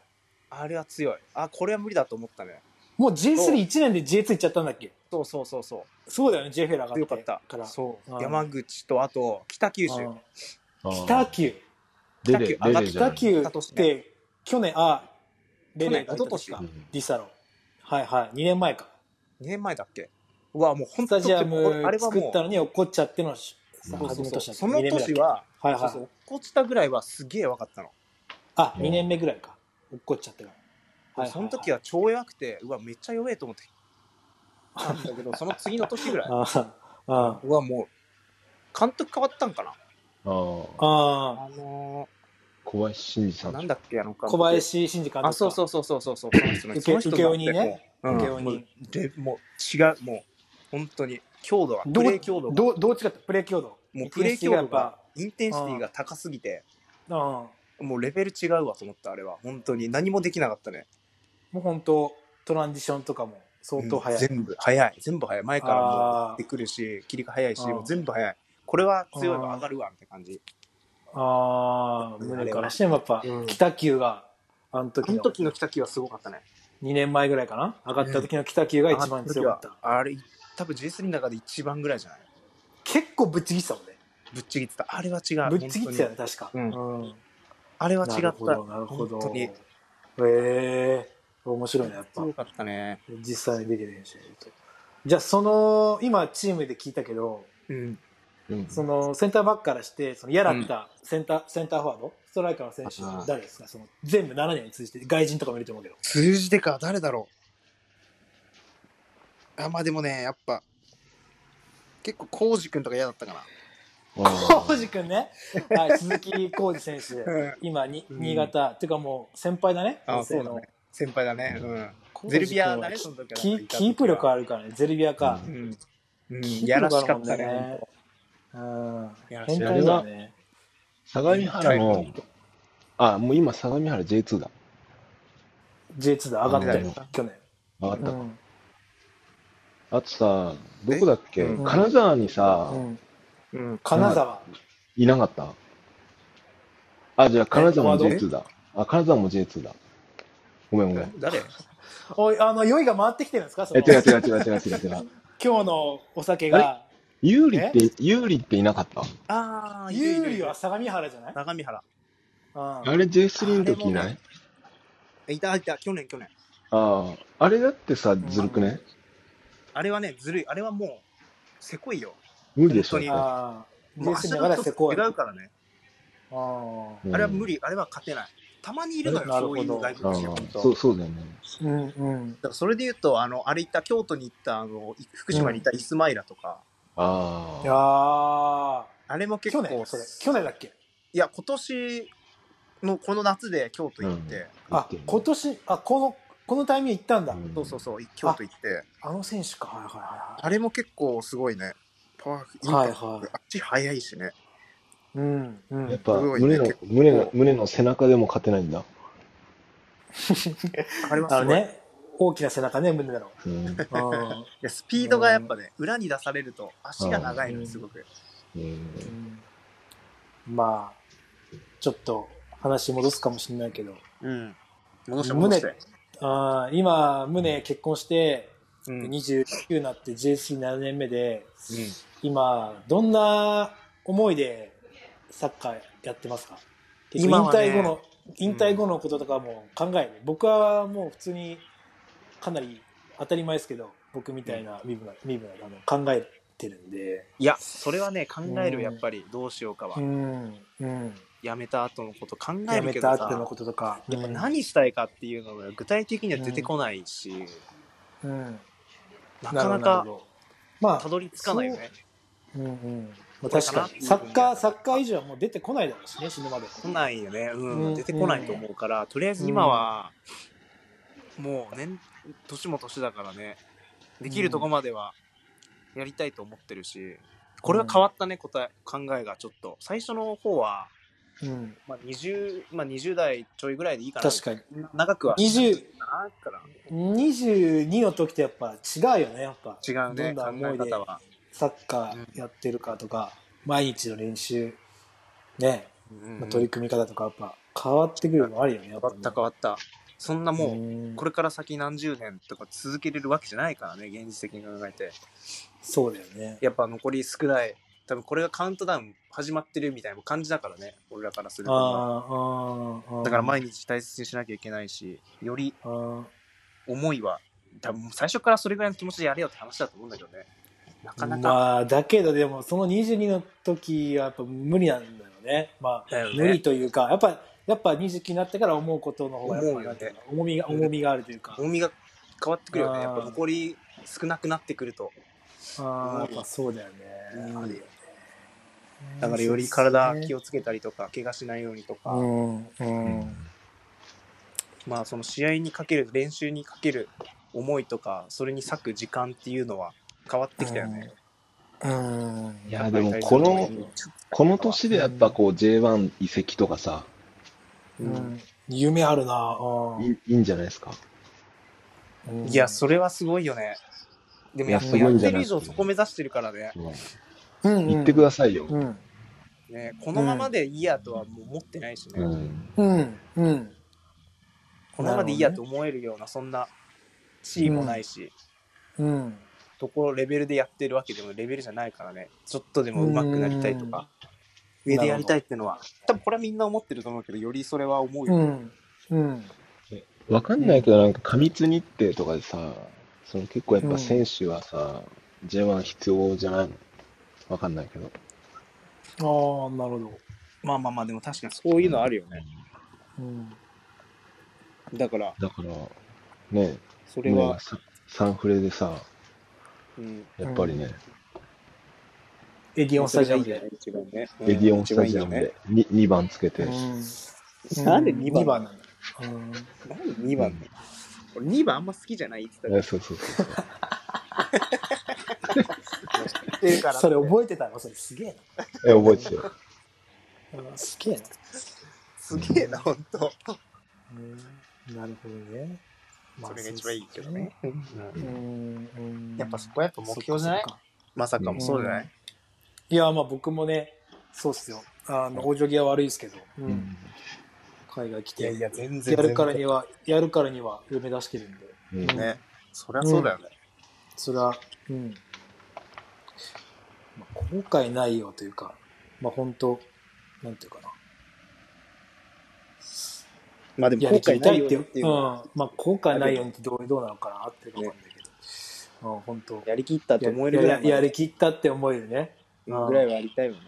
Speaker 6: あれは強いあこれは無理だと思ったね
Speaker 2: もう J31 年で J2 行っちゃったんだっけ
Speaker 6: そうそうそうそ
Speaker 2: そうだよね、J フェラ上が
Speaker 6: う強か
Speaker 2: っ
Speaker 6: ってた
Speaker 2: から。
Speaker 6: そう
Speaker 2: うん
Speaker 6: 山口とあと北九州
Speaker 2: うん
Speaker 3: あー
Speaker 2: 北九。
Speaker 3: レレ、レレじ
Speaker 2: 北
Speaker 3: ゃん。
Speaker 2: 九
Speaker 6: 北
Speaker 2: っ
Speaker 6: 都市ね
Speaker 2: て、去年、あ、レレ
Speaker 6: 去年一昨年
Speaker 2: か
Speaker 3: うん。
Speaker 2: ディサロ。はいはい。2年前か。
Speaker 6: 2年前だっけうわもう本
Speaker 2: ス
Speaker 6: 当
Speaker 2: タ
Speaker 6: に
Speaker 2: ジア
Speaker 6: これあ
Speaker 2: ム
Speaker 6: れは
Speaker 2: 作
Speaker 6: も
Speaker 2: っ
Speaker 6: う
Speaker 2: たのに落っこっちゃってのし
Speaker 3: うん
Speaker 2: 初め
Speaker 6: そうそ
Speaker 2: 年
Speaker 6: う
Speaker 2: だ
Speaker 6: その年、は
Speaker 2: 二年目だっけはい
Speaker 6: そうそ
Speaker 2: は
Speaker 6: う
Speaker 2: い。
Speaker 6: 落っこちたぐらいはすげえ分かったの、
Speaker 2: あ、2年目ぐらいか。落っこっちゃってから。はいはいはい
Speaker 6: その時は超弱くてうわめっちゃ弱えと思ってたんだけど その次の年ぐらい
Speaker 2: ああ、
Speaker 6: うわもう監督変わったんかな
Speaker 3: あー
Speaker 2: ああ、
Speaker 6: あの
Speaker 3: 小林真二さ
Speaker 6: ー、
Speaker 3: んで
Speaker 6: な
Speaker 3: し
Speaker 6: ん
Speaker 3: ょ。
Speaker 6: だっけあの監督
Speaker 2: 小林慎二監督か。
Speaker 6: あそうそうそうそうそうそうその人
Speaker 2: 受
Speaker 6: ね
Speaker 2: け
Speaker 6: その人
Speaker 2: 受け負いに
Speaker 6: だって
Speaker 2: ね
Speaker 6: もう
Speaker 2: 受け
Speaker 6: う
Speaker 2: 負
Speaker 6: ん
Speaker 2: いに
Speaker 6: でもう違うもう本当に強度がプ
Speaker 2: どう
Speaker 6: レー強度が
Speaker 2: どうどう違ったプレー強度。
Speaker 6: もうプレー強度が
Speaker 2: が
Speaker 6: インテンシティが高すぎて
Speaker 2: やっぱ、うん。
Speaker 6: もうレベル違うわと思ったあれは本当に何もできなかったね
Speaker 2: もう本当トランジションとかも相当早い。
Speaker 6: うん全部早い全部早い前からも
Speaker 2: あー
Speaker 6: うってくるし切りが早いし
Speaker 2: うん
Speaker 6: もう全部早いこれは強いわ上がるわみたいな感じ
Speaker 2: ああ、胸からしてもやっぱ、
Speaker 6: うん
Speaker 2: 北九が、あの時
Speaker 6: あの
Speaker 2: の、
Speaker 6: 時の北木はすごかったね
Speaker 2: 2年前ぐらいかな上がった時の北九が一番強かった。
Speaker 6: あれ多分 J3 の中で一番ぐらいじゃない
Speaker 2: 結構ぶっちぎってたもんね。
Speaker 6: ぶっちぎってたあれは違う
Speaker 2: ぶっちぎってたよね、
Speaker 6: 本
Speaker 2: 確か。
Speaker 6: うん
Speaker 2: ん
Speaker 6: 当にあれは違
Speaker 2: な
Speaker 6: った
Speaker 2: るほど、なるほど。
Speaker 6: 本当に
Speaker 2: へえ面白いね、やっぱ
Speaker 6: 強。かったね
Speaker 2: 実際にできる練習と。じゃあ、その、今、チームで聞いたけど、
Speaker 6: うん
Speaker 3: うん
Speaker 2: そのセンターバックからして、その嫌だったセンター、センターフォワード、ストライカーの選手は誰ですかその全部7年に通じて、外人とかもいると思うけど。
Speaker 6: 通じてか誰だろうあまあでもねやっぱ結構浩二君とか嫌だったかな
Speaker 2: 浩二君ね、はい、鈴木浩二選手、今に、
Speaker 6: うん
Speaker 2: 新潟、っていうかもう先輩だね、
Speaker 6: あ
Speaker 2: 高
Speaker 6: そ
Speaker 2: 生
Speaker 6: うだ
Speaker 2: の
Speaker 6: ね先輩だねうん
Speaker 2: 浩二君は
Speaker 6: ゼルビアだねその時は
Speaker 2: キーキープ力あ
Speaker 6: る
Speaker 2: るからね、ゼルビアか。
Speaker 3: う
Speaker 6: うんうん
Speaker 2: キープ
Speaker 6: やらし
Speaker 2: 力ある
Speaker 6: かっ
Speaker 2: もん
Speaker 6: たね。
Speaker 2: うん
Speaker 6: やら
Speaker 2: 変
Speaker 6: しい
Speaker 2: 態だよね。
Speaker 3: 相模原の、あ、もう今、相模原 J2 だ。
Speaker 2: J2 で上がったよ
Speaker 3: うん、
Speaker 2: 去年。
Speaker 3: 上がった
Speaker 2: う
Speaker 3: か。
Speaker 2: ん
Speaker 3: あとさ、どこだっけ、
Speaker 6: うん
Speaker 3: 金沢にさ、
Speaker 2: うん
Speaker 6: うん
Speaker 2: 金沢、
Speaker 3: いなかったあ、じゃあ金沢も
Speaker 2: フォワー
Speaker 3: J2 だ。あ、金沢も J2 だ。ごめんごめん。
Speaker 6: 誰
Speaker 2: おいあの酔いが回ってきてるんですか、そ
Speaker 3: え、
Speaker 2: の
Speaker 3: 違う
Speaker 2: 今日
Speaker 3: 違う違う違う違う違う。
Speaker 2: のお酒が。
Speaker 3: 有利って、有利っていなかった
Speaker 6: ああ
Speaker 2: 有利は相模原じゃない、
Speaker 6: 相模原
Speaker 2: うん
Speaker 3: あれ J3 の時い
Speaker 6: あれ
Speaker 3: な
Speaker 6: も
Speaker 3: い
Speaker 6: いたいた去年去年
Speaker 3: ああ、あれだってさ、ずるくね
Speaker 6: あれはねずるいあれはもうせこいよ
Speaker 3: 無理でしょ
Speaker 6: 本当に
Speaker 3: あ
Speaker 2: ああ、
Speaker 6: もう
Speaker 2: J3 だからせこい。
Speaker 6: 違うからね
Speaker 2: あ
Speaker 3: れ
Speaker 6: あれは無理あれは勝てないたまにいるのよ
Speaker 2: なる
Speaker 6: そ
Speaker 2: ほ
Speaker 6: う
Speaker 2: ど
Speaker 6: いう外
Speaker 3: ああ
Speaker 6: 国人本当
Speaker 3: そう、そうだよね。
Speaker 2: ーうんうん。
Speaker 6: だからそれで言うと、あの、あれ行った、京都に行った、あの、い福島に行ったイスマイラとか、
Speaker 3: あ
Speaker 2: いや
Speaker 3: あ。
Speaker 2: ー
Speaker 6: あれも結
Speaker 2: 去
Speaker 6: 構、
Speaker 2: 年それ、去年だっけ
Speaker 6: いや、今年のこの夏で京都行って、
Speaker 2: あ、今年、あ、この、このタイミング行ったんだ。
Speaker 3: うん
Speaker 6: そうそうそう、京都行って、
Speaker 2: あの選手か。はいは
Speaker 6: あれも結構すごいね。パワーフ
Speaker 2: いはい。はいは
Speaker 6: あっち早いしね。
Speaker 2: い。うんう
Speaker 3: やっ
Speaker 2: ん。
Speaker 3: ぱ、
Speaker 6: すごいね
Speaker 3: 胸の
Speaker 6: 結、構
Speaker 3: 胸の、胸の背中でも勝てないんだ。
Speaker 6: あれは
Speaker 2: あ
Speaker 6: す
Speaker 2: の
Speaker 6: ごい。
Speaker 2: ね、大きな背中ね、胸だろ。
Speaker 3: うん。
Speaker 2: うん
Speaker 6: いやスピードがやっぱね、裏に出されると足が長いのにすごく。
Speaker 3: うん
Speaker 2: まあ、ちょっと話戻すかもしれないけど、
Speaker 6: うん。戻して
Speaker 2: 胸
Speaker 6: 戻して。
Speaker 2: あー今、胸結婚して、
Speaker 6: うん
Speaker 2: で29になって JC7 年目で、今、どんな思いでサッカーやってますか結構
Speaker 6: 今
Speaker 2: 引
Speaker 6: はね
Speaker 2: 退後の、引退後のこととかも考えない、僕はもう普通にかなり当たり前ですけど、僕みたいな身分が、身分があの考えてるんで、
Speaker 6: いや、それはね、考え
Speaker 2: う
Speaker 6: る、
Speaker 2: ん
Speaker 6: やっぱり、どうしようかは
Speaker 2: う。ん、うん、
Speaker 6: やめた後のこと考え
Speaker 2: や
Speaker 6: る
Speaker 2: め
Speaker 6: けど
Speaker 2: た後の
Speaker 6: さ、
Speaker 2: こととか、
Speaker 6: やっぱ
Speaker 2: うん
Speaker 6: 何したいかっていうのが具体的には出てこないし、
Speaker 2: うん、
Speaker 6: なかな
Speaker 2: るほどる
Speaker 6: か
Speaker 2: ほどま
Speaker 6: た
Speaker 2: あ、
Speaker 6: どり着かないよね。
Speaker 2: うんうんまあ、
Speaker 6: これか
Speaker 2: 確
Speaker 6: な
Speaker 2: かにサッカーサッカー以上はもう出てこないだろうしね死ぬまで
Speaker 6: 来ないよね、うん
Speaker 2: うん
Speaker 6: 出てこないと思うから、とりあえず今は、もう年年も年だからねできるとこまではやりたいと思ってるしこれは変わったね答え考えがちょっと最初の方は、
Speaker 2: うん、
Speaker 6: まあ 20, まあ、20代ちょいぐらいでいいかな
Speaker 2: 確かに
Speaker 6: な長くは
Speaker 2: 20
Speaker 6: なから
Speaker 2: 22の時とやっぱ違うよねやっぱ
Speaker 6: 違うね
Speaker 2: どんな思い
Speaker 6: 考え
Speaker 2: で
Speaker 6: 方は、
Speaker 2: サッカーやってるかとか、毎日の練習ね、
Speaker 6: うん
Speaker 2: まあ、
Speaker 6: 変
Speaker 2: 取り組み方とかやっぱ変わってくるのもあるよねやっぱ
Speaker 6: わ
Speaker 2: ね
Speaker 6: った変わったそんなもう、
Speaker 2: うん
Speaker 6: これから先何十年とか続けれるわけじゃないからね現実的に考えて
Speaker 2: そうだよね
Speaker 6: やっぱ残り少ない。多分これがカウントダウン始まってるみたいな感じだからね、俺らからすると。
Speaker 2: あーあー
Speaker 6: だから毎日大切にしなきゃいけないし、より
Speaker 2: あー
Speaker 6: 思いは、多分最初からそれぐらいの気持ちでやれよって話だと思うんだけどね。なかなか。
Speaker 2: まあ、だけどでもその22の時はやっぱ無理なんだよね,、まあ、
Speaker 6: だよね
Speaker 2: 無理というかやっぱやっぱ29になってから思うことの方がやっ
Speaker 6: 思
Speaker 2: ぱ
Speaker 6: うよ
Speaker 2: なん
Speaker 6: ね
Speaker 2: ていうの重みが重みがあるというか、
Speaker 6: 重みが変わってくるよね。やっぱ
Speaker 2: うん
Speaker 6: 残り少なくなってくると。
Speaker 2: ああやっぱそうだよね、
Speaker 6: うん
Speaker 2: あるよね
Speaker 6: だからより体気
Speaker 2: を
Speaker 6: をつけたりとか、怪我しないようにとか、
Speaker 2: うんうん
Speaker 6: まあその試合にかける、練習にかける思いとか、それに割く時間っていうのは変わってきたよね。
Speaker 2: うん、
Speaker 3: いや、でもこの、この年でやっぱこう J1 移籍とかさ、
Speaker 2: うん夢あるな、
Speaker 3: いいいんじゃないですか。
Speaker 2: うん、
Speaker 6: いや、それはすごいよね。でもやっぱ
Speaker 2: いや
Speaker 6: や
Speaker 2: すごい
Speaker 6: っ
Speaker 2: ん
Speaker 3: じ
Speaker 6: て
Speaker 3: ゃな
Speaker 6: る
Speaker 3: い
Speaker 6: 以上そこ目指してるからね。
Speaker 3: うん
Speaker 2: うん
Speaker 3: 言ってくださいよ。
Speaker 2: うん
Speaker 6: ねこのままでいいやとはもう思ってないしね。
Speaker 3: うん
Speaker 2: うんうん
Speaker 6: このままでいいやと思えるような、そんな地位もないし、
Speaker 2: うん
Speaker 6: ところレベルでやってるわけでもレベルじゃないからね。ちょっとでも上手くなりたいとか、
Speaker 2: うん
Speaker 6: 上でやりたいってのは、多分これはみんな思ってると思うけど、よりそれは思う
Speaker 2: う
Speaker 6: よ。
Speaker 2: んうん
Speaker 3: わかんないけど、なんか過密日程とかでさ、その結構やっぱ選手はさ、J1 必要じゃないのわかんないけど。
Speaker 2: ああなるほど、
Speaker 6: まあまあまあ、でも確かにそういうのあるよね。
Speaker 2: うん、
Speaker 6: だから、
Speaker 3: だから、ね、
Speaker 6: それ
Speaker 3: もう
Speaker 6: は、
Speaker 3: ササンフレでさ、
Speaker 6: うん。
Speaker 3: やっぱりね、
Speaker 2: エディオンスタジアムで
Speaker 6: それがいいよね一番ねうん
Speaker 3: エディオンスタジアムで 2, 2番つけて、
Speaker 2: う
Speaker 6: なんで
Speaker 2: 二
Speaker 6: 2番
Speaker 2: なんだ、
Speaker 6: なんで2番ね、俺2番あんま好きじゃないって言
Speaker 3: え
Speaker 6: って
Speaker 3: そうそうそう。
Speaker 6: たってるから。
Speaker 2: それ覚えてたのそれすげえ
Speaker 3: え、覚えてたよ。
Speaker 2: な、うんすげえ
Speaker 6: すげえな、ほんと。
Speaker 2: な、なるほどね、
Speaker 6: それが一番いいけどね。
Speaker 2: そうですねうんうん
Speaker 6: やっぱそこはやっぱ目標じゃない
Speaker 2: そっかそっか
Speaker 6: まさかもそうじゃない、
Speaker 2: いやまあ僕もねそうっすよあの往生際悪いですけど、うん
Speaker 3: うん
Speaker 2: 海外来て
Speaker 6: いやいや、全然。
Speaker 2: やるからにはやるからには夢出してるんで
Speaker 3: うん
Speaker 2: は
Speaker 6: ね。そりゃそうだよね。
Speaker 2: それは、うんまあ、後悔ないよというか、まあ本当、なんていうかな。
Speaker 6: まあでも、
Speaker 2: や
Speaker 6: 後
Speaker 2: りき
Speaker 6: 悔
Speaker 2: りた
Speaker 6: ない
Speaker 2: い
Speaker 6: よ
Speaker 2: っ
Speaker 6: ってて
Speaker 2: いう。
Speaker 6: いう
Speaker 2: うん、
Speaker 6: のは。
Speaker 2: まあ後悔ないようにってどうどうなのかな合ってるかわかんないけど。うん、本当。
Speaker 6: やりきったと思える
Speaker 2: や
Speaker 6: ぐら
Speaker 2: や
Speaker 6: いまで
Speaker 2: やりきったって思えるね。
Speaker 6: ぐらいはやりたいよね。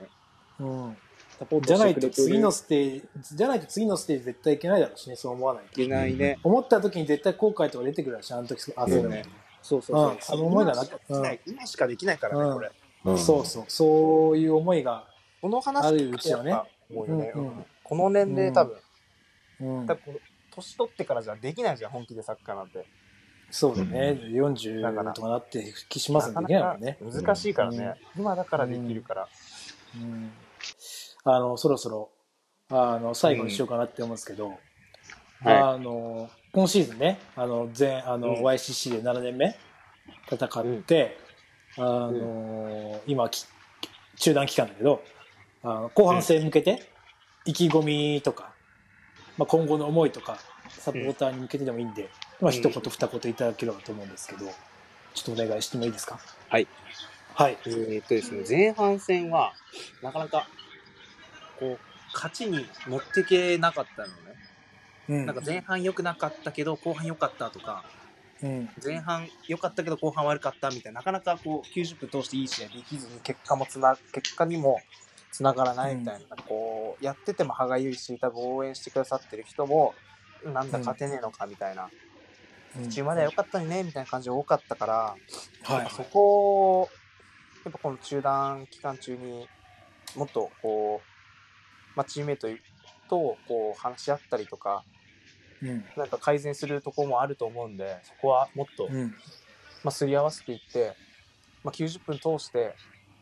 Speaker 2: うん、
Speaker 6: サポー
Speaker 2: じ
Speaker 6: ト
Speaker 2: ゃ
Speaker 6: し
Speaker 2: な
Speaker 6: て
Speaker 2: い
Speaker 6: く
Speaker 2: と
Speaker 6: れてる
Speaker 2: 次のステージ、じゃないと次のステージ絶対いけないだろうしね、そう思わない
Speaker 6: い
Speaker 2: と。
Speaker 6: けないね。
Speaker 2: 思った時に絶対後悔とか出てくるだろうし、あの時、あ、そうだね。
Speaker 6: そうそう
Speaker 2: うん
Speaker 6: そ。
Speaker 2: そうの思いだな
Speaker 6: 今しかできない今しかできないから
Speaker 2: う
Speaker 6: ね、
Speaker 2: ん
Speaker 6: これ。
Speaker 3: うん
Speaker 2: そうそう、そういう思いが。
Speaker 6: この話
Speaker 2: あるうちはね
Speaker 6: やっぱ思うよね。
Speaker 2: うん
Speaker 6: うんこの年齢多分、
Speaker 2: うん
Speaker 6: 多分この年取ってからじゃできないじゃん、本気でサッカーなんて。
Speaker 2: そうだね、
Speaker 6: だから
Speaker 2: 40とかなって復帰しますんでね、もんね。
Speaker 6: 難しいからね、今だからできるから、
Speaker 2: うんあのそろそろあの最後にしようかなって思うんですけど、
Speaker 6: は
Speaker 2: あの今シーズンねあの前あの、
Speaker 6: うん
Speaker 2: YCC で7年目戦って、あの今き中断期間だけど、あの後半戦に向けて、意気込みとか、まあ、今後の思いとか、サポーターに向けてでもいいんで、まあ、一言二言いただければと思うんですけど、ちょっとお願いしてもいいですか
Speaker 6: はい。
Speaker 2: はい。
Speaker 6: えーっとですね、前半戦は、なかなか、こう、勝ちに持ってけなかったのね。
Speaker 2: うん
Speaker 6: なんか前半良くなかったけど、後半良かったとか、
Speaker 2: うん。
Speaker 6: 前半良かったけど後半悪かったみたいな、なかなかこう、90分通していい試合できずに、結果もつな、結果にもつながらないみたいな、こう、やってても歯がゆいし、多分応援してくださってる人も、なんだ勝てねえのかみたいな、途中までは良かったのにね、みたいな感じが多かったから、
Speaker 2: は
Speaker 6: や
Speaker 2: い
Speaker 6: っぱ。そこを、やっぱこの中断期間中にもっとこう、まあ、チームメイトとこう話し合ったりとか、
Speaker 2: うん。
Speaker 6: なんか改善するところもあると思うんで、そこはもっと、
Speaker 2: うん。
Speaker 6: まあ、すり合わせていって、まあ、90分通して、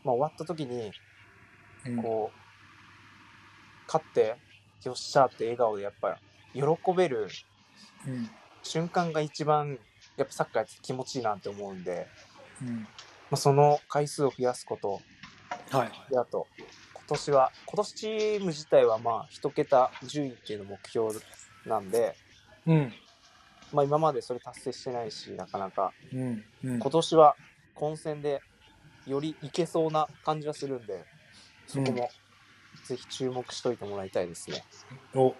Speaker 6: まあ、終わった時に、
Speaker 2: うん
Speaker 6: こう、勝って、よっしゃーって笑顔でやっぱ喜べる
Speaker 2: うん。
Speaker 6: 瞬間が一番、やっぱサッカーやってて気持ちいいなって思うんで、
Speaker 2: うん。
Speaker 6: まあ、その回数を増やすこと、
Speaker 2: はい。
Speaker 6: で、あと、今年は、今年チーム自体はまあ、一桁順位っていうの目標なんで、
Speaker 2: うん。
Speaker 6: まあ今までそれ達成してないし、なかなか、
Speaker 2: うん。うん
Speaker 6: 今年は混戦でよりいけそうな感じはするんで、そこもぜひ注目しといてもらいたいですね。
Speaker 2: お、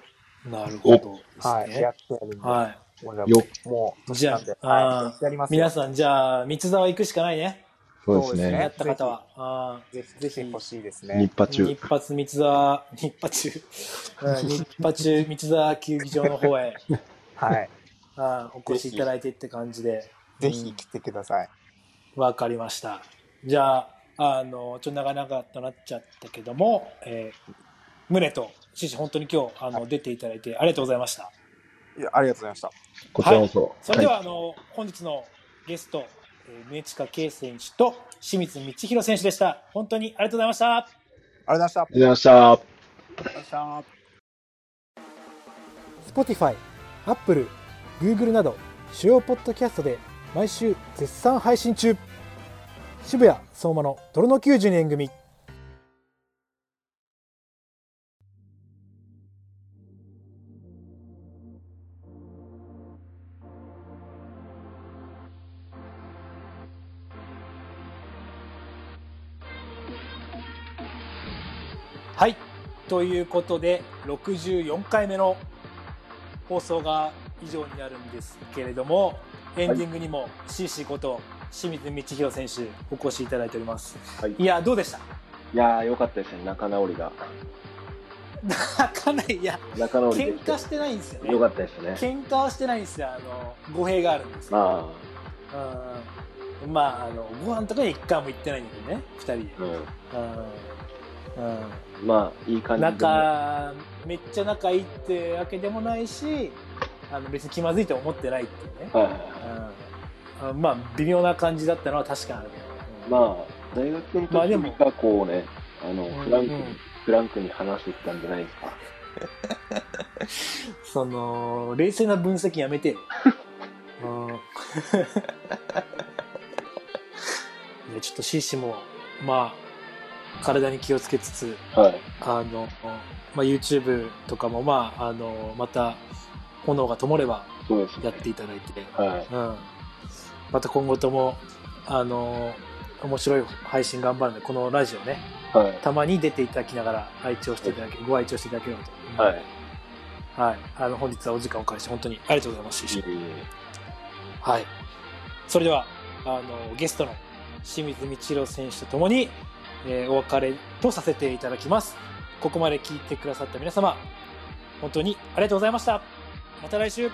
Speaker 2: なるほどです
Speaker 6: はい。
Speaker 2: ね
Speaker 6: や。ってやるんで、
Speaker 2: は
Speaker 6: 俺ら
Speaker 3: よ
Speaker 6: ももう、
Speaker 2: じゃあ
Speaker 6: 年なんで
Speaker 2: あー
Speaker 6: はい、やりま
Speaker 2: い。
Speaker 6: すよ
Speaker 2: 皆さん、じゃあ、三ツ沢行くしかないね。
Speaker 3: そうです
Speaker 6: そうです
Speaker 2: や
Speaker 3: ね
Speaker 6: ね。
Speaker 2: った方は。あ
Speaker 6: ぜひ、ぜひ欲しいですね
Speaker 3: 日。波
Speaker 2: ー
Speaker 3: 中
Speaker 2: 日。発三ツ沢、日発中、うん日発中三ツ沢球技場の方へ
Speaker 6: はい。
Speaker 2: あーお越しいただいてって感じで、
Speaker 6: ぜひ来てください。
Speaker 2: わかりました。じゃあ、あの、ちょっと長々となっちゃったけども、えー、宗と、獅子、本当に今日、あの、出ていただいてありがとうございました。
Speaker 6: いやありがとうございました。
Speaker 3: こちらこそ。
Speaker 2: それでは、
Speaker 3: はい
Speaker 2: あの本日のゲスト、えー、宗近圭選手と清水道弘選手でした。本当にありがとうございました。
Speaker 6: ありがとう
Speaker 3: ありがとうございました。
Speaker 6: ございました。
Speaker 4: Spotify、Apple、Google など主要ポッドキャストで毎週絶賛配信中渋谷相馬の泥の92年組
Speaker 2: はい、ということで64回目の放送が以上になるんですけれども、エンディングにも CC こと清水道弘選手お越しいただいております。
Speaker 3: はい
Speaker 2: いやどうでした？
Speaker 3: いやー、よかったですね。仲直りが。
Speaker 2: かなりいや
Speaker 3: 仲直りで
Speaker 2: 喧
Speaker 3: きて
Speaker 2: 嘩してないんですよね
Speaker 3: よ。かったですね。
Speaker 2: 喧嘩はしてないんですよ。あの語弊があるんですけど。
Speaker 3: ま
Speaker 2: うんまあ、あの、ご飯とかに一回も行ってないんだけどね、二人で。
Speaker 3: あ、うん。
Speaker 2: うん。う
Speaker 3: まあ、いい感
Speaker 2: ん。
Speaker 3: じで。
Speaker 2: 仲、めっちゃ仲いいってわけでもないし、あの、別に気まずいと思ってないっていうね。
Speaker 3: はいはいは
Speaker 2: うんあ。まあ、微妙な感じだったのは確かにあるけ
Speaker 3: い。
Speaker 2: ど。
Speaker 3: まあ、大学の
Speaker 2: まあで
Speaker 3: 時
Speaker 2: も
Speaker 3: がこうね、あの、フラン
Speaker 2: う
Speaker 3: ク
Speaker 2: ん
Speaker 3: に
Speaker 2: うん、
Speaker 3: フランクに話してきたんじゃないですか。
Speaker 2: その、冷静な分析やめ てよ。うん。い やちょっとシーシも、まあ、体に気をつけつつ、
Speaker 3: はい。
Speaker 2: あの、まあ、YouTube とかも、まあ、あの、また、炎が灯れば
Speaker 3: そうですね
Speaker 2: やっ。ていただいて、
Speaker 3: はい。
Speaker 2: うん。また今後とも、あの、面白い配信頑張るんで、このラジオね、
Speaker 3: はい。
Speaker 2: たまに出ていただきながら、愛聴していただけ、ご愛聴していただければと。
Speaker 3: はい。
Speaker 2: はい。あの、本日はお時間をお借りして、本当にありがとうございます。
Speaker 3: いえいえ
Speaker 2: はい。それでは、あの、ゲストの清水道郎選手とともに、えーお別れとさせていただきます。ここまで聞いてくださった皆様、本当にありがとうございました。また来週。